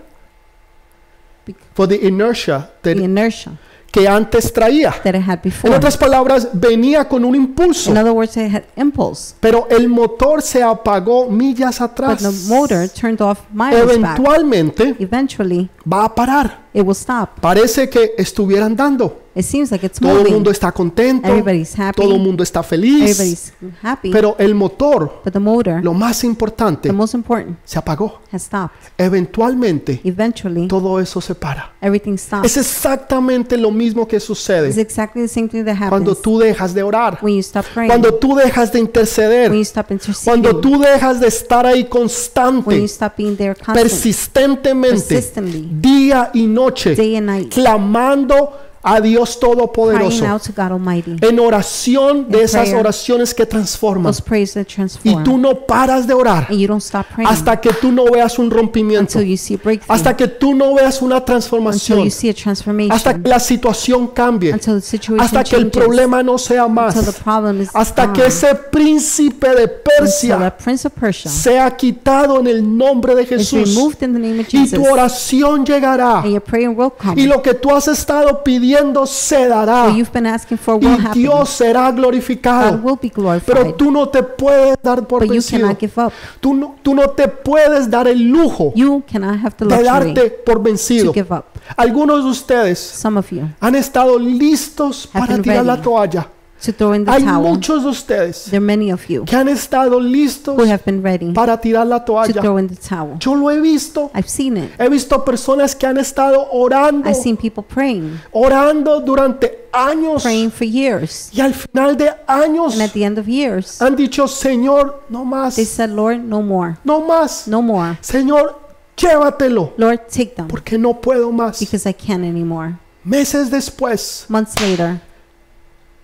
B: Bec-
A: Por the inertia that-
B: The inertia
A: que antes traía.
B: that it had
A: En
B: before.
A: otras palabras, venía con un impulso,
B: In other words, it had impulse.
A: pero el motor se apagó millas
B: But
A: atrás.
B: the motor turned off miles back.
A: Eventualmente
B: Eventually,
A: va a parar.
B: it will stop.
A: Parece que estuviera andando.
B: It seems like it's
A: Todo el mundo
B: moving.
A: está contento,
B: Everybody's happy.
A: todo el mundo está feliz,
B: Everybody's happy.
A: pero el motor,
B: But the motor,
A: lo más importante,
B: the most important,
A: se apagó.
B: has stopped.
A: Eventualmente,
B: Eventually,
A: todo eso se para.
B: everything stops.
A: Es exactamente lo mismo que
B: It's
A: sucede
B: exactly the same thing that
A: cuando
B: happens
A: tú dejas de orar,
B: when you stop praying, when
A: cuando tú dejas de interceder,
B: you stop
A: cuando
B: interceding,
A: tú dejas de estar ahí
B: when you
A: constante,
B: stop being there constantly,
A: persistentemente,
B: persistently,
A: día y noche,
B: day and night,
A: clamando a Dios
B: crying
A: Todopoderoso,
B: out to God Almighty.
A: en oración de
B: In
A: esas
B: prayer.
A: oraciones que transforman.
B: Those prayers that transform.
A: Y tú no paras de orar
B: and you don't stop praying
A: hasta que tú no veas un rompimiento,
B: until you see a breakthrough,
A: hasta que tú no veas una
B: until
A: transformación,
B: you see a transformation,
A: hasta que la situación cambie,
B: until the situation
A: hasta que el
B: changes,
A: problema no sea
B: until the
A: más,
B: problem is
A: hasta que
B: gone,
A: ese príncipe de
B: until
A: Persia
B: that prince of Persia
A: sea quitado en el nombre de
B: is
A: Jesús
B: removed in the name of
A: y
B: Jesus,
A: tu oración llegará
B: and your prayer will come.
A: y lo que tú has estado pidiendo se dará
B: what you've been asking for will
A: y
B: happen.
A: Dios será
B: God
A: glorificado.
B: will be glorified,
A: Pero tú no te puedes dar por
B: but you
A: vencido.
B: cannot give up.
A: Tú no, tú no te puedes dar el lujo
B: You cannot have the
A: de
B: luxury
A: darte por
B: to
A: vencido.
B: give up.
A: Algunos de ustedes
B: Some of you
A: han estado listos
B: Have
A: para
B: been
A: tirar la
B: ready.
A: toalla.
B: to throw in the
A: Hay
B: towel.
A: muchos de ustedes
B: There are many of you
A: que han estado listos
B: who have been ready
A: para tirar la
B: to
A: toalla.
B: throw in the towel.
A: Yo lo he visto.
B: I've seen it.
A: He visto personas que han estado orando,
B: I've seen people praying,
A: orando durante años
B: praying for years,
A: y al final de años
B: and at the end of years,
A: han dicho, Señor, no más,
B: they said, "Lord, no more,
A: no más.
B: no more.
A: Señor, llévatelo,
B: Lord, take them,
A: porque no puedo más.
B: because I can't anymore."
A: Meses después,
B: Months later,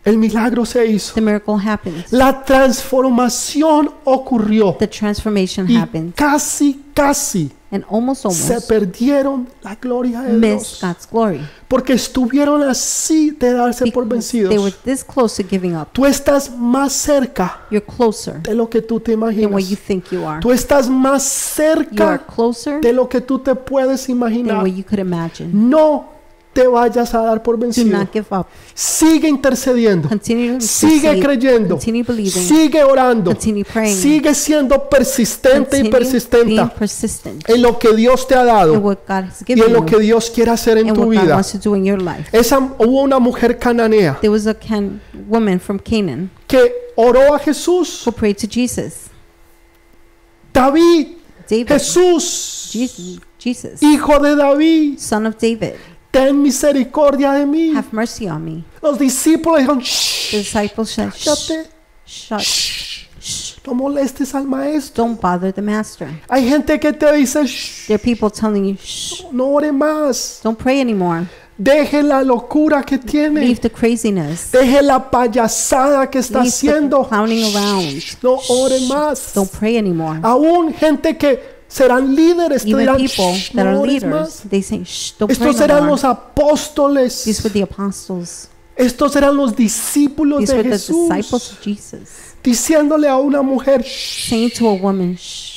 A: el milagro se hizo.
B: the miracle happened.
A: La transformación ocurrió
B: The transformation
A: y
B: happened,
A: casi, casi
B: and almost,
A: se
B: almost
A: perdieron la gloria de
B: missed
A: Dios
B: God's glory.
A: porque estuvieron así de darse por
B: Because They were
A: vencidos.
B: this close to giving up.
A: Tú estás más cerca
B: You're closer
A: de lo que tú te
B: than
A: imaginas.
B: what you think you are.
A: Tú estás más
B: You are
A: cerca
B: closer
A: de lo que tú te puedes
B: than
A: imaginar.
B: what you could imagine.
A: No te vayas a dar por
B: Do
A: vencido.
B: not give up.
A: Sigue intercediendo.
B: Continue to
A: Sigue
B: intercede.
A: creyendo.
B: Continue believing.
A: Sigue orando.
B: Continue praying.
A: Sigue siendo persistente y
B: Continue being
A: persistente
B: persistent
A: en lo que Dios te ha
B: in
A: dado
B: what God has
A: y
B: given
A: en lo que
B: you
A: Dios quiere hacer en
B: and
A: tu
B: what God
A: vida.
B: wants to do in your life.
A: Esa, hubo una mujer cananea
B: There was a can, woman from Canaan
A: que oró a Jesús.
B: who prayed to Jesus.
A: David,
B: David,
A: Jesús,
B: Jesus, Jesus,
A: hijo de David,
B: son of David,
A: ten misericordia de mí.
B: have mercy on me.
A: Los discípulos dijeron,
B: The
A: "Shh,
B: disciples said, "Shh,
A: cállate,
B: shut,
A: shh,
B: shh,
A: no molestes al maestro.
B: don't bother the master."
A: Hay gente que te dice, "Shh,
B: There are people telling you, "Shh,
A: no ore más,
B: don't pray anymore.
A: deje la locura que tiene,
B: Leave the craziness.
A: deje la payasada que está
B: Leave the
A: haciendo,
B: clowning around.
A: no ore más.
B: Don't pray anymore."
A: Aún gente que serán líderes te
B: Even
A: dirán,
B: people
A: "Shh,
B: that are
A: no ores
B: leaders,
A: más.
B: they say, "Shh, don't pray
A: Estos
B: no
A: serán
B: more."
A: los
B: These
A: apóstoles,
B: were the apostles.
A: estos serán los discípulos
B: These were
A: de
B: the disciples
A: Jesús,
B: of Jesus.
A: diciéndole a una mujer, "Shh,
B: Saying to a woman, shh,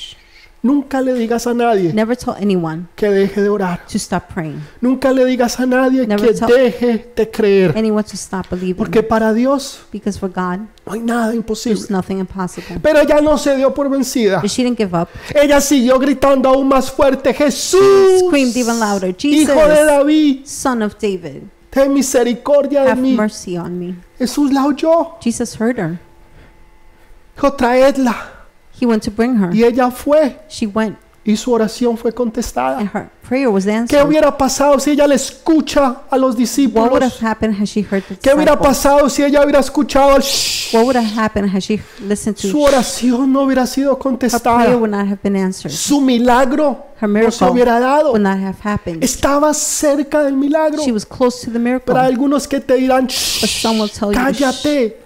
A: nunca le digas a nadie
B: never tell anyone
A: que deje de orar.
B: to stop praying.
A: Nunca le digas a nadie
B: Never
A: que
B: tell-
A: deje de creer.
B: Anyone to stop believing.
A: Porque para Dios
B: Because for God,
A: no hay nada imposible.
B: there's nothing impossible.
A: Pero ella no se dio por vencida.
B: But she didn't give up.
A: Ella siguió gritando aún más fuerte, Jesús,
B: Screamed even louder, Jesus,
A: hijo de David,
B: son of David,
A: ten misericordia de
B: have
A: mí.
B: mercy on me.
A: Jesús la oyó,
B: Jesus heard her.
A: dijo, traedla.
B: He went to bring her.
A: Y ella fue
B: She went,
A: y su oración fue contestada.
B: and her prayer was
A: ¿Qué
B: answered.
A: hubiera pasado si ella le escucha a los
B: What would have
A: discípulos?
B: happened had she heard the
A: ¿Qué hubiera
B: disciples?
A: pasado si ella hubiera escuchado al shh
B: What would have happened had she listened
A: Su
B: to
A: oración no hubiera sido
B: her prayer
A: contestada.
B: would not have been answered.
A: Su milagro
B: Her
A: no se
B: miracle
A: hubiera dado.
B: would not have happened.
A: Estaba cerca del milagro.
B: She was close to the miracle.
A: Para algunos que te dirán,
B: But some will tell you,
A: cállate,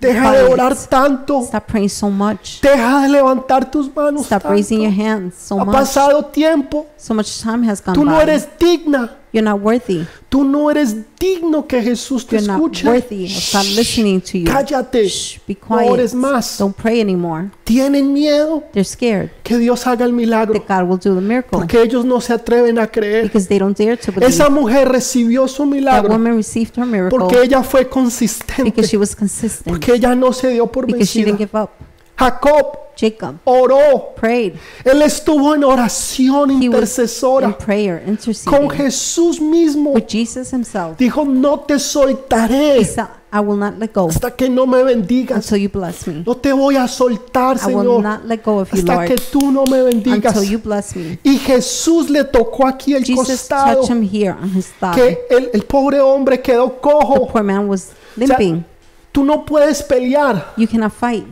A: deja de orar tanto,
B: Stop praying so much.
A: deja de levantar tus manos.
B: Stop
A: tanto.
B: raising your hands so
A: Ha
B: much.
A: pasado tiempo,
B: So much time has gone
A: tú no
B: by.
A: eres digna,
B: You're not worthy.
A: tú no eres digno que Jesús te
B: You're not
A: escuche.
B: worthy of God listening to you.
A: Cállate,
B: Shh, be
A: no
B: quiet.
A: ores más.
B: Don't pray anymore.
A: Tienen miedo
B: They're scared
A: que Dios haga el milagro,
B: that God will do the miracle
A: porque ellos no se atreven a creer.
B: because they don't dare to believe.
A: Esa mujer recibió su
B: That
A: milagro
B: woman received her miracle
A: porque ella fue consistente,
B: because she was consistent,
A: porque ella no se dio por
B: because she
A: vencida.
B: didn't give up.
A: Jacob
B: Jacob
A: oró
B: prayed
A: Él estuvo en oración
B: He was in
A: intercesora
B: prayer,
A: con
B: interceding
A: Jesús mismo.
B: with Jesus himself.
A: Dijo, no te
B: He
A: soltaré
B: said, I will not let go
A: hasta que no me bendigas.
B: until you bless me.
A: No te voy a soltar,
B: I will
A: Señor,
B: not let go of you,
A: hasta que
B: Lord,
A: tú no me bendigas.
B: until you bless me.
A: Y Jesús le tocó aquí el
B: Jesus
A: costado,
B: touched him here on his thigh.
A: que el, el pobre hombre quedó
B: The
A: cojo.
B: poor man was
A: O sea,
B: limping.
A: tú no puedes pelear
B: You cannot fight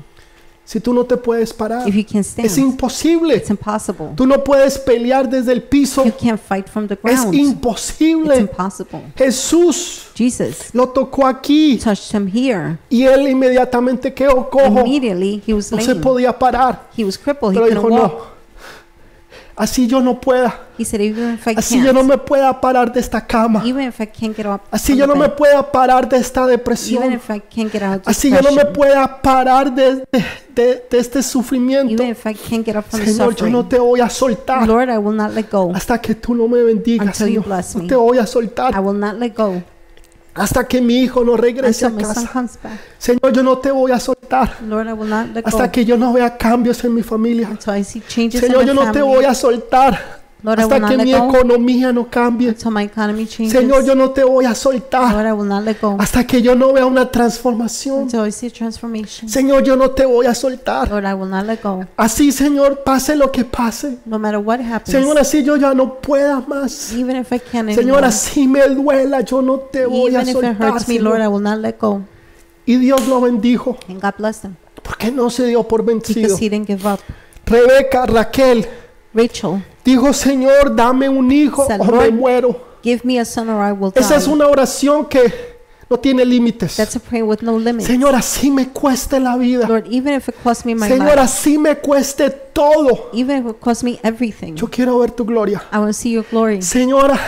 A: si tú no te puedes parar.
B: if you can't
A: Ah, Es
B: stand.
A: imposible.
B: It's impossible.
A: Tú no puedes pelear desde el piso.
B: You can't fight from the
A: Es
B: ground. It's
A: imposible.
B: impossible.
A: Jesús
B: Jesus
A: lo tocó aquí
B: touched him here.
A: y él inmediatamente quedó cojo,
B: Immediately, he was
A: no se
B: lame.
A: podía parar,
B: He was crippled. He
A: pero dijo
B: couldn't
A: no,
B: walk.
A: así yo no pueda,
B: He said, even if I
A: así yo no
B: can't,
A: me pueda parar de esta cama,
B: even if I can't get up,
A: así
B: from
A: yo
B: the
A: no me
B: bed,
A: pueda parar de esta
B: even
A: depresión,
B: if I can't get out of
A: así yo no me
B: depression,
A: pueda parar de, de- de- de este sufrimiento,
B: even if I can't get up from the
A: Señor, yo no
B: suffering,
A: te voy a soltar
B: Lord, I will not let go.
A: hasta que tú no me bendigas,
B: Until you
A: Señor,
B: bless
A: no
B: me.
A: te voy a
B: I
A: soltar
B: will not let go
A: hasta que mi hijo no regrese
B: until
A: a
B: my son
A: casa,
B: comes back.
A: Señor, yo no te voy a soltar
B: Lord, I will not let go
A: hasta que yo no vea cambios en mi familia.
B: until I see changes in
A: Señor, yo
B: my
A: no te voy
B: family.
A: a soltar
B: Lord, I will
A: hasta
B: not
A: que
B: let
A: mi
B: go
A: economía no cambie.
B: until my economy
A: Señor,
B: changes.
A: yo no te voy a soltar
B: Lord, I will not let go
A: hasta que yo no vea una transformación.
B: until I see transformation.
A: Señor, yo no te voy a soltar.
B: Lord, I will not let go.
A: Así, Señor, pase lo que pase.
B: No matter what happens,
A: Señor, así yo ya no pueda más.
B: even if I can't
A: Señor,
B: anymore,
A: así me duela, yo no te voy a
B: even if it
A: soltar.
B: hurts me,
A: Señor.
B: Lord, I will not let go.
A: Y Dios lo bendijo
B: And God bless them
A: porque no se dio por vencido.
B: because he didn't give up.
A: Rebeca, Raquel,
B: Rachel,
A: dijo, Señor, dame un hijo o
B: Señor,
A: me muero.
B: give me a son or I will die.
A: Esa es una oración que no tiene límites.
B: That's a prayer with no limit.
A: Señor, así me cueste la vida.
B: Lord, even if it costs me my
A: Señor,
B: life,
A: así me cueste todo.
B: even if it costs me everything,
A: Yo quiero ver tu gloria.
B: I want to see your glory.
A: Señora,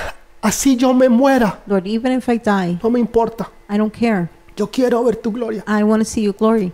A: así yo me muera.
B: Lord, even if I die,
A: No me importa.
B: I don't care.
A: Yo quiero ver tu gloria.
B: I want to see your glory.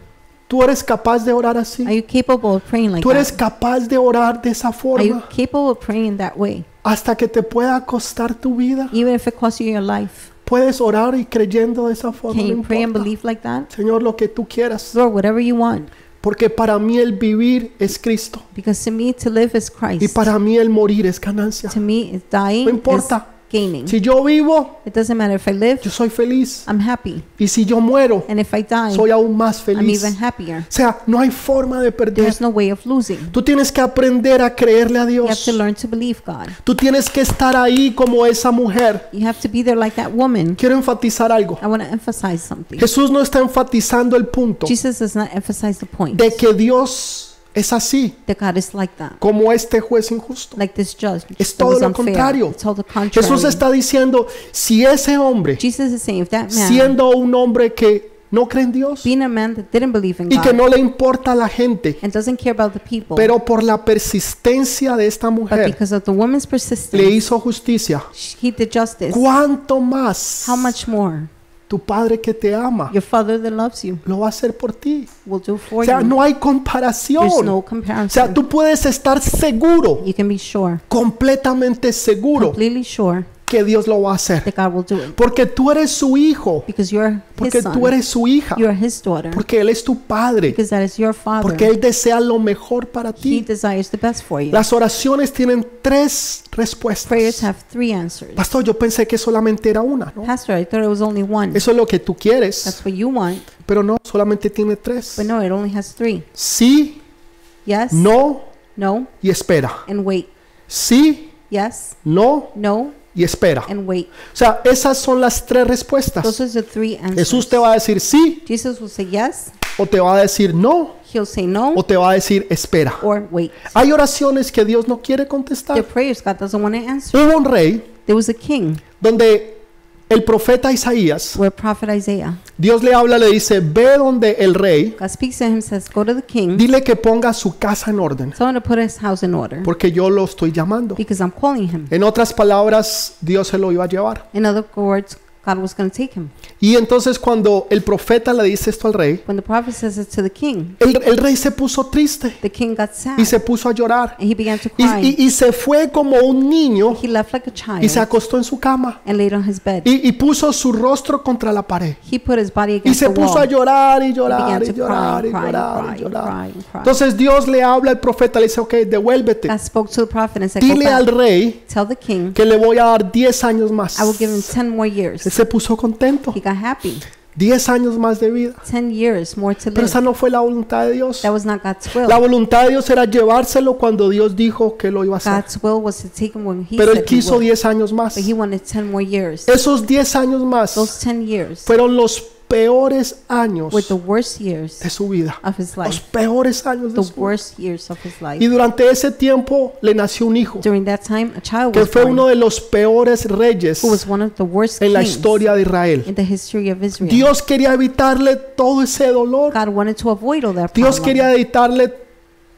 A: Tú eres capaz de orar
B: Are
A: así.
B: you capable of praying like
A: Tú eres
B: that?
A: capaz de orar de esa
B: Are you
A: forma
B: capable of praying that way?
A: hasta que te pueda costar tu vida.
B: Even if it costs you your life,
A: Puedes orar y creyendo de esa forma.
B: can
A: no
B: you pray and
A: importa.
B: believe like that?
A: Señor, lo que tú quieras.
B: Lord, whatever you want,
A: Porque para mí el vivir es Cristo.
B: because to me to live is
A: Y
B: Christ.
A: para mí el morir es ganancia.
B: To me, it's dying
A: No importa.
B: is gaining.
A: Si yo vivo,
B: It doesn't matter if I live,
A: yo soy feliz.
B: I'm happy,
A: Y si yo muero,
B: and if I die,
A: soy aún más
B: I'm
A: feliz.
B: even
A: O
B: happier.
A: sea, no hay forma de perder.
B: There's no way of losing.
A: Tú tienes que aprender a creerle a
B: You have
A: Dios.
B: to learn to believe God.
A: Tú tienes que estar ahí como esa mujer.
B: You have to be there like that woman.
A: Quiero enfatizar algo.
B: I want to emphasize something.
A: Jesús no está enfatizando el punto
B: Jesus does not emphasize the point
A: de que Dios es así,
B: that God is like that,
A: como este juez injusto.
B: like this judge.
A: Es
B: that
A: todo
B: was
A: lo
B: unfair.
A: contrario.
B: It's all the contrary.
A: Jesús está diciendo, si ese hombre,
B: Jesus is saying, if that man,
A: siendo un hombre que no cree en Dios
B: being a man that didn't believe in
A: y que
B: God
A: no le importa a la gente,
B: and doesn't care about the people,
A: pero por la persistencia de esta
B: but
A: mujer
B: because of the woman's
A: le
B: persistence,
A: hizo justicia,
B: sh- he did justice.
A: ¿cuánto más
B: How much more?
A: tu Padre que te ama
B: Your father that loves you
A: lo va a hacer por ti?
B: will do
A: O
B: for
A: sea,
B: you.
A: no hay
B: There's
A: comparación.
B: no
A: O sea,
B: comparison.
A: tú puedes estar seguro,
B: you can be sure,
A: completamente seguro,
B: completely sure
A: que Dios lo va a hacer.
B: that God will do it.
A: Porque tú eres su hijo,
B: Because you're
A: porque
B: his son.
A: tú eres su hija,
B: you're his daughter.
A: porque Él es tu Padre,
B: Because that is your father.
A: porque Él desea lo mejor para
B: he
A: ti.
B: desires the best for you.
A: Las oraciones tienen tres
B: Prayers
A: respuestas.
B: have three answers.
A: Pastor, yo pensé que solamente era una, ¿no?
B: Pastor, I thought it was only one.
A: Eso es lo que tú quieres,
B: That's what you want.
A: pero no, solamente tiene tres.
B: But no, it only has three.
A: Sí,
B: Yes,
A: no
B: no,
A: y espera.
B: and wait.
A: Sí,
B: Yes,
A: no
B: no,
A: y espera.
B: and wait.
A: O sea, esas son las tres
B: Those
A: respuestas.
B: are the three answers.
A: Jesús te va a decir sí,
B: Jesus will say yes,
A: o te va a decir no
B: He'll say
A: o
B: no
A: te va a decir espera.
B: or wait.
A: Hay oraciones que Dios no quiere
B: Their
A: contestar.
B: prayers God doesn't want to answer.
A: Hubo un rey
B: There was a king
A: donde el profeta Isaías,
B: where Prophet Isaiah.
A: Dios le habla, le dice, ve donde el rey,
B: God speaks to him, says, Go to the king.
A: dile que ponga su casa en orden,
B: Tell him to put his house in order
A: porque yo lo estoy llamando.
B: because I'm calling him.
A: En otras palabras, Dios se lo iba a llevar.
B: In other words, God was going to take him.
A: Y entonces cuando el profeta le dice esto al rey,
B: When the prophet says it to the king,
A: el, el rey se puso triste
B: the king got sad
A: y se puso a llorar.
B: and he began to
A: Y,
B: cry.
A: y- y se fue como un niño
B: He left like a
A: y se
B: child
A: acostó en su cama.
B: and laid on his bed.
A: Y, y puso su rostro contra la pared.
B: He put his body
A: Y
B: against
A: se
B: the
A: puso a
B: wall.
A: llorar y llorar
B: began
A: y
B: to cry,
A: llorar y
B: cry,
A: llorar
B: cry,
A: y llorar.
B: cry, cry.
A: Entonces Dios le habla al profeta, le dice, ok, devuélvete.
B: God spoke to the prophet and said, Go
A: Dile al
B: back.
A: rey
B: Tell the king,
A: que le voy a dar 10 años más.
B: I will give him
A: Él
B: 10 more years.
A: se puso contento.
B: He got happy.
A: 10 años más de vida.
B: 10 years more to
A: Pero
B: live.
A: esa no fue la voluntad de Dios.
B: That was not God's
A: La
B: will.
A: voluntad de Dios era llevárselo cuando Dios dijo que lo iba a hacer.
B: God's will was to take him when he
A: Pero él
B: said he
A: quiso
B: would.
A: 10 años más.
B: But he wanted 10 more years.
A: Esos 10 años más
B: Those 10 years
A: fueron los peores años
B: were the worst years
A: de su vida.
B: of
A: Los
B: his life.
A: peores años
B: The
A: de su vida.
B: worst years of his
A: Y
B: life.
A: durante ese tiempo le nació un hijo
B: During that time, a child
A: que
B: was
A: fue uno
B: born
A: de los peores reyes
B: who was one of the worst
A: en la
B: kings
A: historia de Israel.
B: in the history of Israel.
A: Dios quería evitarle todo ese dolor.
B: God wanted to avoid all that
A: Dios
B: problem.
A: quería evitarle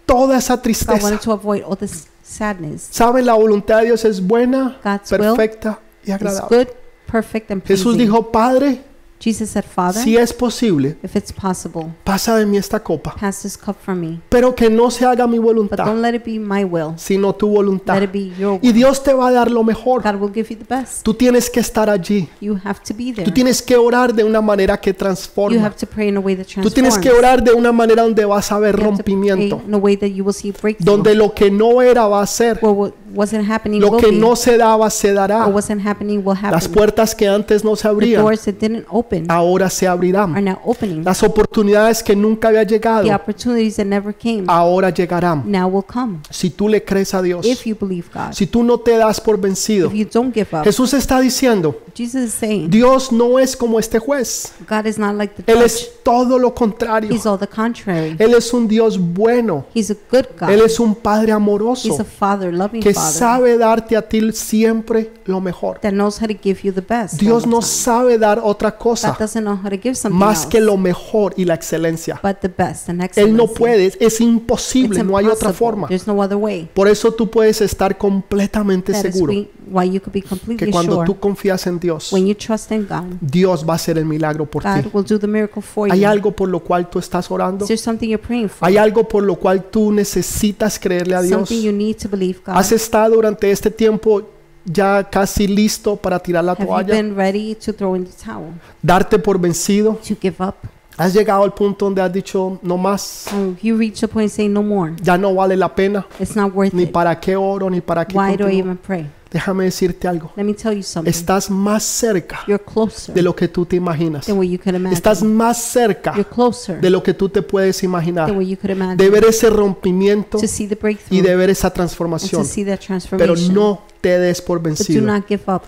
A: toda esa
B: God
A: tristeza.
B: wanted to avoid all this sadness.
A: Saben, la voluntad de Dios es buena,
B: God's will
A: perfecta y
B: It's
A: agradable.
B: good, perfect, and
A: Jesús
B: pleasing.
A: dijo, Padre,
B: Jesus said, Father,
A: si es posible,
B: if it's possible,
A: pasa de mí esta copa,
B: pass this cup from me.
A: pero que no se haga mi
B: But don't
A: voluntad,
B: let it be my will.
A: sino tu
B: Let
A: voluntad.
B: it be your
A: Y
B: will.
A: Dios te va a dar lo mejor.
B: God will give you the best.
A: Tú tienes que estar allí.
B: You have to be there.
A: Tú tienes que orar de una manera que
B: You
A: transforma.
B: have to pray in a way that
A: Tú
B: transforms.
A: tienes que orar de una manera donde vas a ver
B: You have to
A: rompimiento,
B: pray in a way that you will see breakthrough.
A: donde lo que no era va a ser,
B: Well, what wasn't happening
A: lo
B: will
A: que
B: be.
A: no se daba se dará.
B: What wasn't happening will happen.
A: Las puertas que antes no se
B: the
A: abrían,
B: doors that didn't open
A: ahora se
B: are
A: abrirán.
B: now opening.
A: Las oportunidades que nunca había llegado,
B: The opportunities that never came
A: ahora llegarán.
B: now will come
A: Si tú le crees a Dios,
B: if you believe God.
A: si tú no te das por vencido.
B: If you don't give up,
A: Jesús está diciendo,
B: Jesus is saying
A: Dios no es como este juez.
B: God is not like the
A: Él
B: judge.
A: es todo lo contrario.
B: He's all the contrary.
A: Él es un Dios bueno.
B: He's a good
A: Él
B: God.
A: es un Padre
B: He's a
A: amoroso
B: father, loving
A: que
B: father
A: sabe darte a ti siempre lo mejor.
B: that knows how to give you the best. all
A: Dios
B: the
A: no
B: time.
A: sabe dar otra cosa
B: God doesn't know how to give something
A: más que
B: else,
A: lo mejor y la excelencia.
B: but the best and
A: Él
B: excellence.
A: no puede, es- es
B: It's
A: imposible, no hay otra
B: impossible.
A: forma.
B: There's no other way.
A: Por eso tú puedes estar completamente
B: That is
A: seguro
B: we- why you could be
A: que
B: completely
A: cuando
B: sure
A: tú confías en Dios,
B: when you trust in God,
A: Dios va a hacer el milagro por
B: God
A: ti.
B: will do the miracle for
A: ¿Hay
B: you.
A: algo por lo cual tú estás orando?
B: Is there something you're praying for?
A: ¿Hay algo por lo cual tú necesitas creerle a Dios?
B: Something you need to believe God.
A: ¿Has estado durante este tiempo ya casi listo para tirar la
B: Have you
A: toalla?
B: been ready to throw in the towel?
A: ¿Darte por vencido?
B: To give up?
A: ¿Has llegado al punto donde has dicho, no más,
B: Oh, you reach the point saying no more.
A: ya no vale la pena?
B: It's not worth
A: ni
B: it.
A: para qué oro, ni para qué
B: Why do I
A: continúo.
B: even pray?
A: Déjame decirte algo.
B: Let me tell you something.
A: Estás más cerca
B: You're closer
A: de lo que tú te imaginas.
B: than what you could imagine.
A: Estás más cerca
B: You're closer
A: de lo que tú te puedes
B: than
A: imaginar.
B: what you could imagine.
A: De ver ese rompimiento
B: to see the breakthrough
A: y de ver esa
B: and to
A: transformación.
B: see that
A: Pero
B: transformation.
A: no te des por
B: but do
A: vencido.
B: not give up.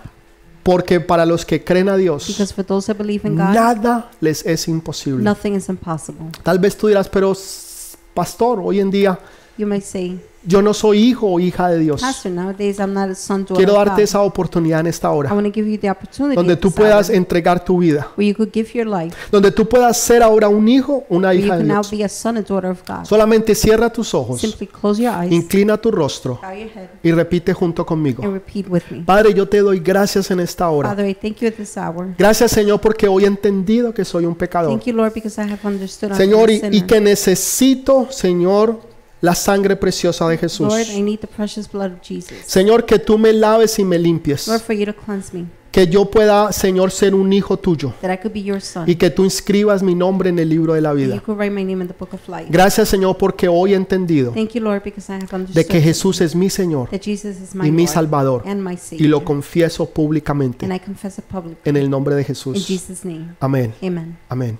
A: Porque para los que creen a Dios,
B: Because for those that believe in God,
A: nada les es imposible.
B: nothing is impossible.
A: Tal vez tú dirás, pero s- pastor, hoy en día
B: You may say,
A: yo no soy hijo o hija de Dios.
B: Pastor, nowadays I'm not a son daughter
A: Quiero
B: of
A: darte
B: God.
A: esa oportunidad en esta
B: I
A: hora,
B: want to give you the opportunity
A: donde
B: at
A: tú
B: this
A: puedas
B: hour
A: entregar tu vida.
B: where you could give your life,
A: donde tú puedas ser ahora un hijo, una
B: where you
A: hija de
B: can now
A: Dios.
B: be a son and daughter of God.
A: Solamente cierra tus ojos,
B: Simply close your eyes,
A: inclina tu rostro
B: bow your head,
A: y repite junto
B: and
A: conmigo.
B: repeat with me.
A: Padre, yo te doy gracias en esta hora.
B: Father, I thank you at this hour.
A: Gracias Señor porque hoy he entendido que soy un pecador.
B: Thank you, Lord, because I have understood I'm
A: Señor,
B: a
A: y, y
B: sinner.
A: que necesito, Señor, la sangre preciosa de Jesús.
B: Lord, I need the precious blood of Jesus.
A: Señor, que tú me laves y me
B: Lord,
A: limpies.
B: for you to cleanse me,
A: Que yo pueda, Señor, ser un hijo tuyo.
B: that I could be your son.
A: Y que tú inscribas mi nombre en el libro de la
B: that you
A: vida.
B: could write my name in the book of life.
A: Gracias Señor porque hoy he entendido
B: Thank you, Lord, because I have
A: de
B: understood
A: que Jesús es mi Señor.
B: that Jesus is my
A: y mi
B: Lord
A: Salvador.
B: and my
A: Y
B: Savior.
A: lo confieso
B: and
A: públicamente
B: I confess it publicly
A: en el nombre de
B: in
A: Jesús.
B: Jesus' name.
A: Amén.
B: Amen.
A: Amén.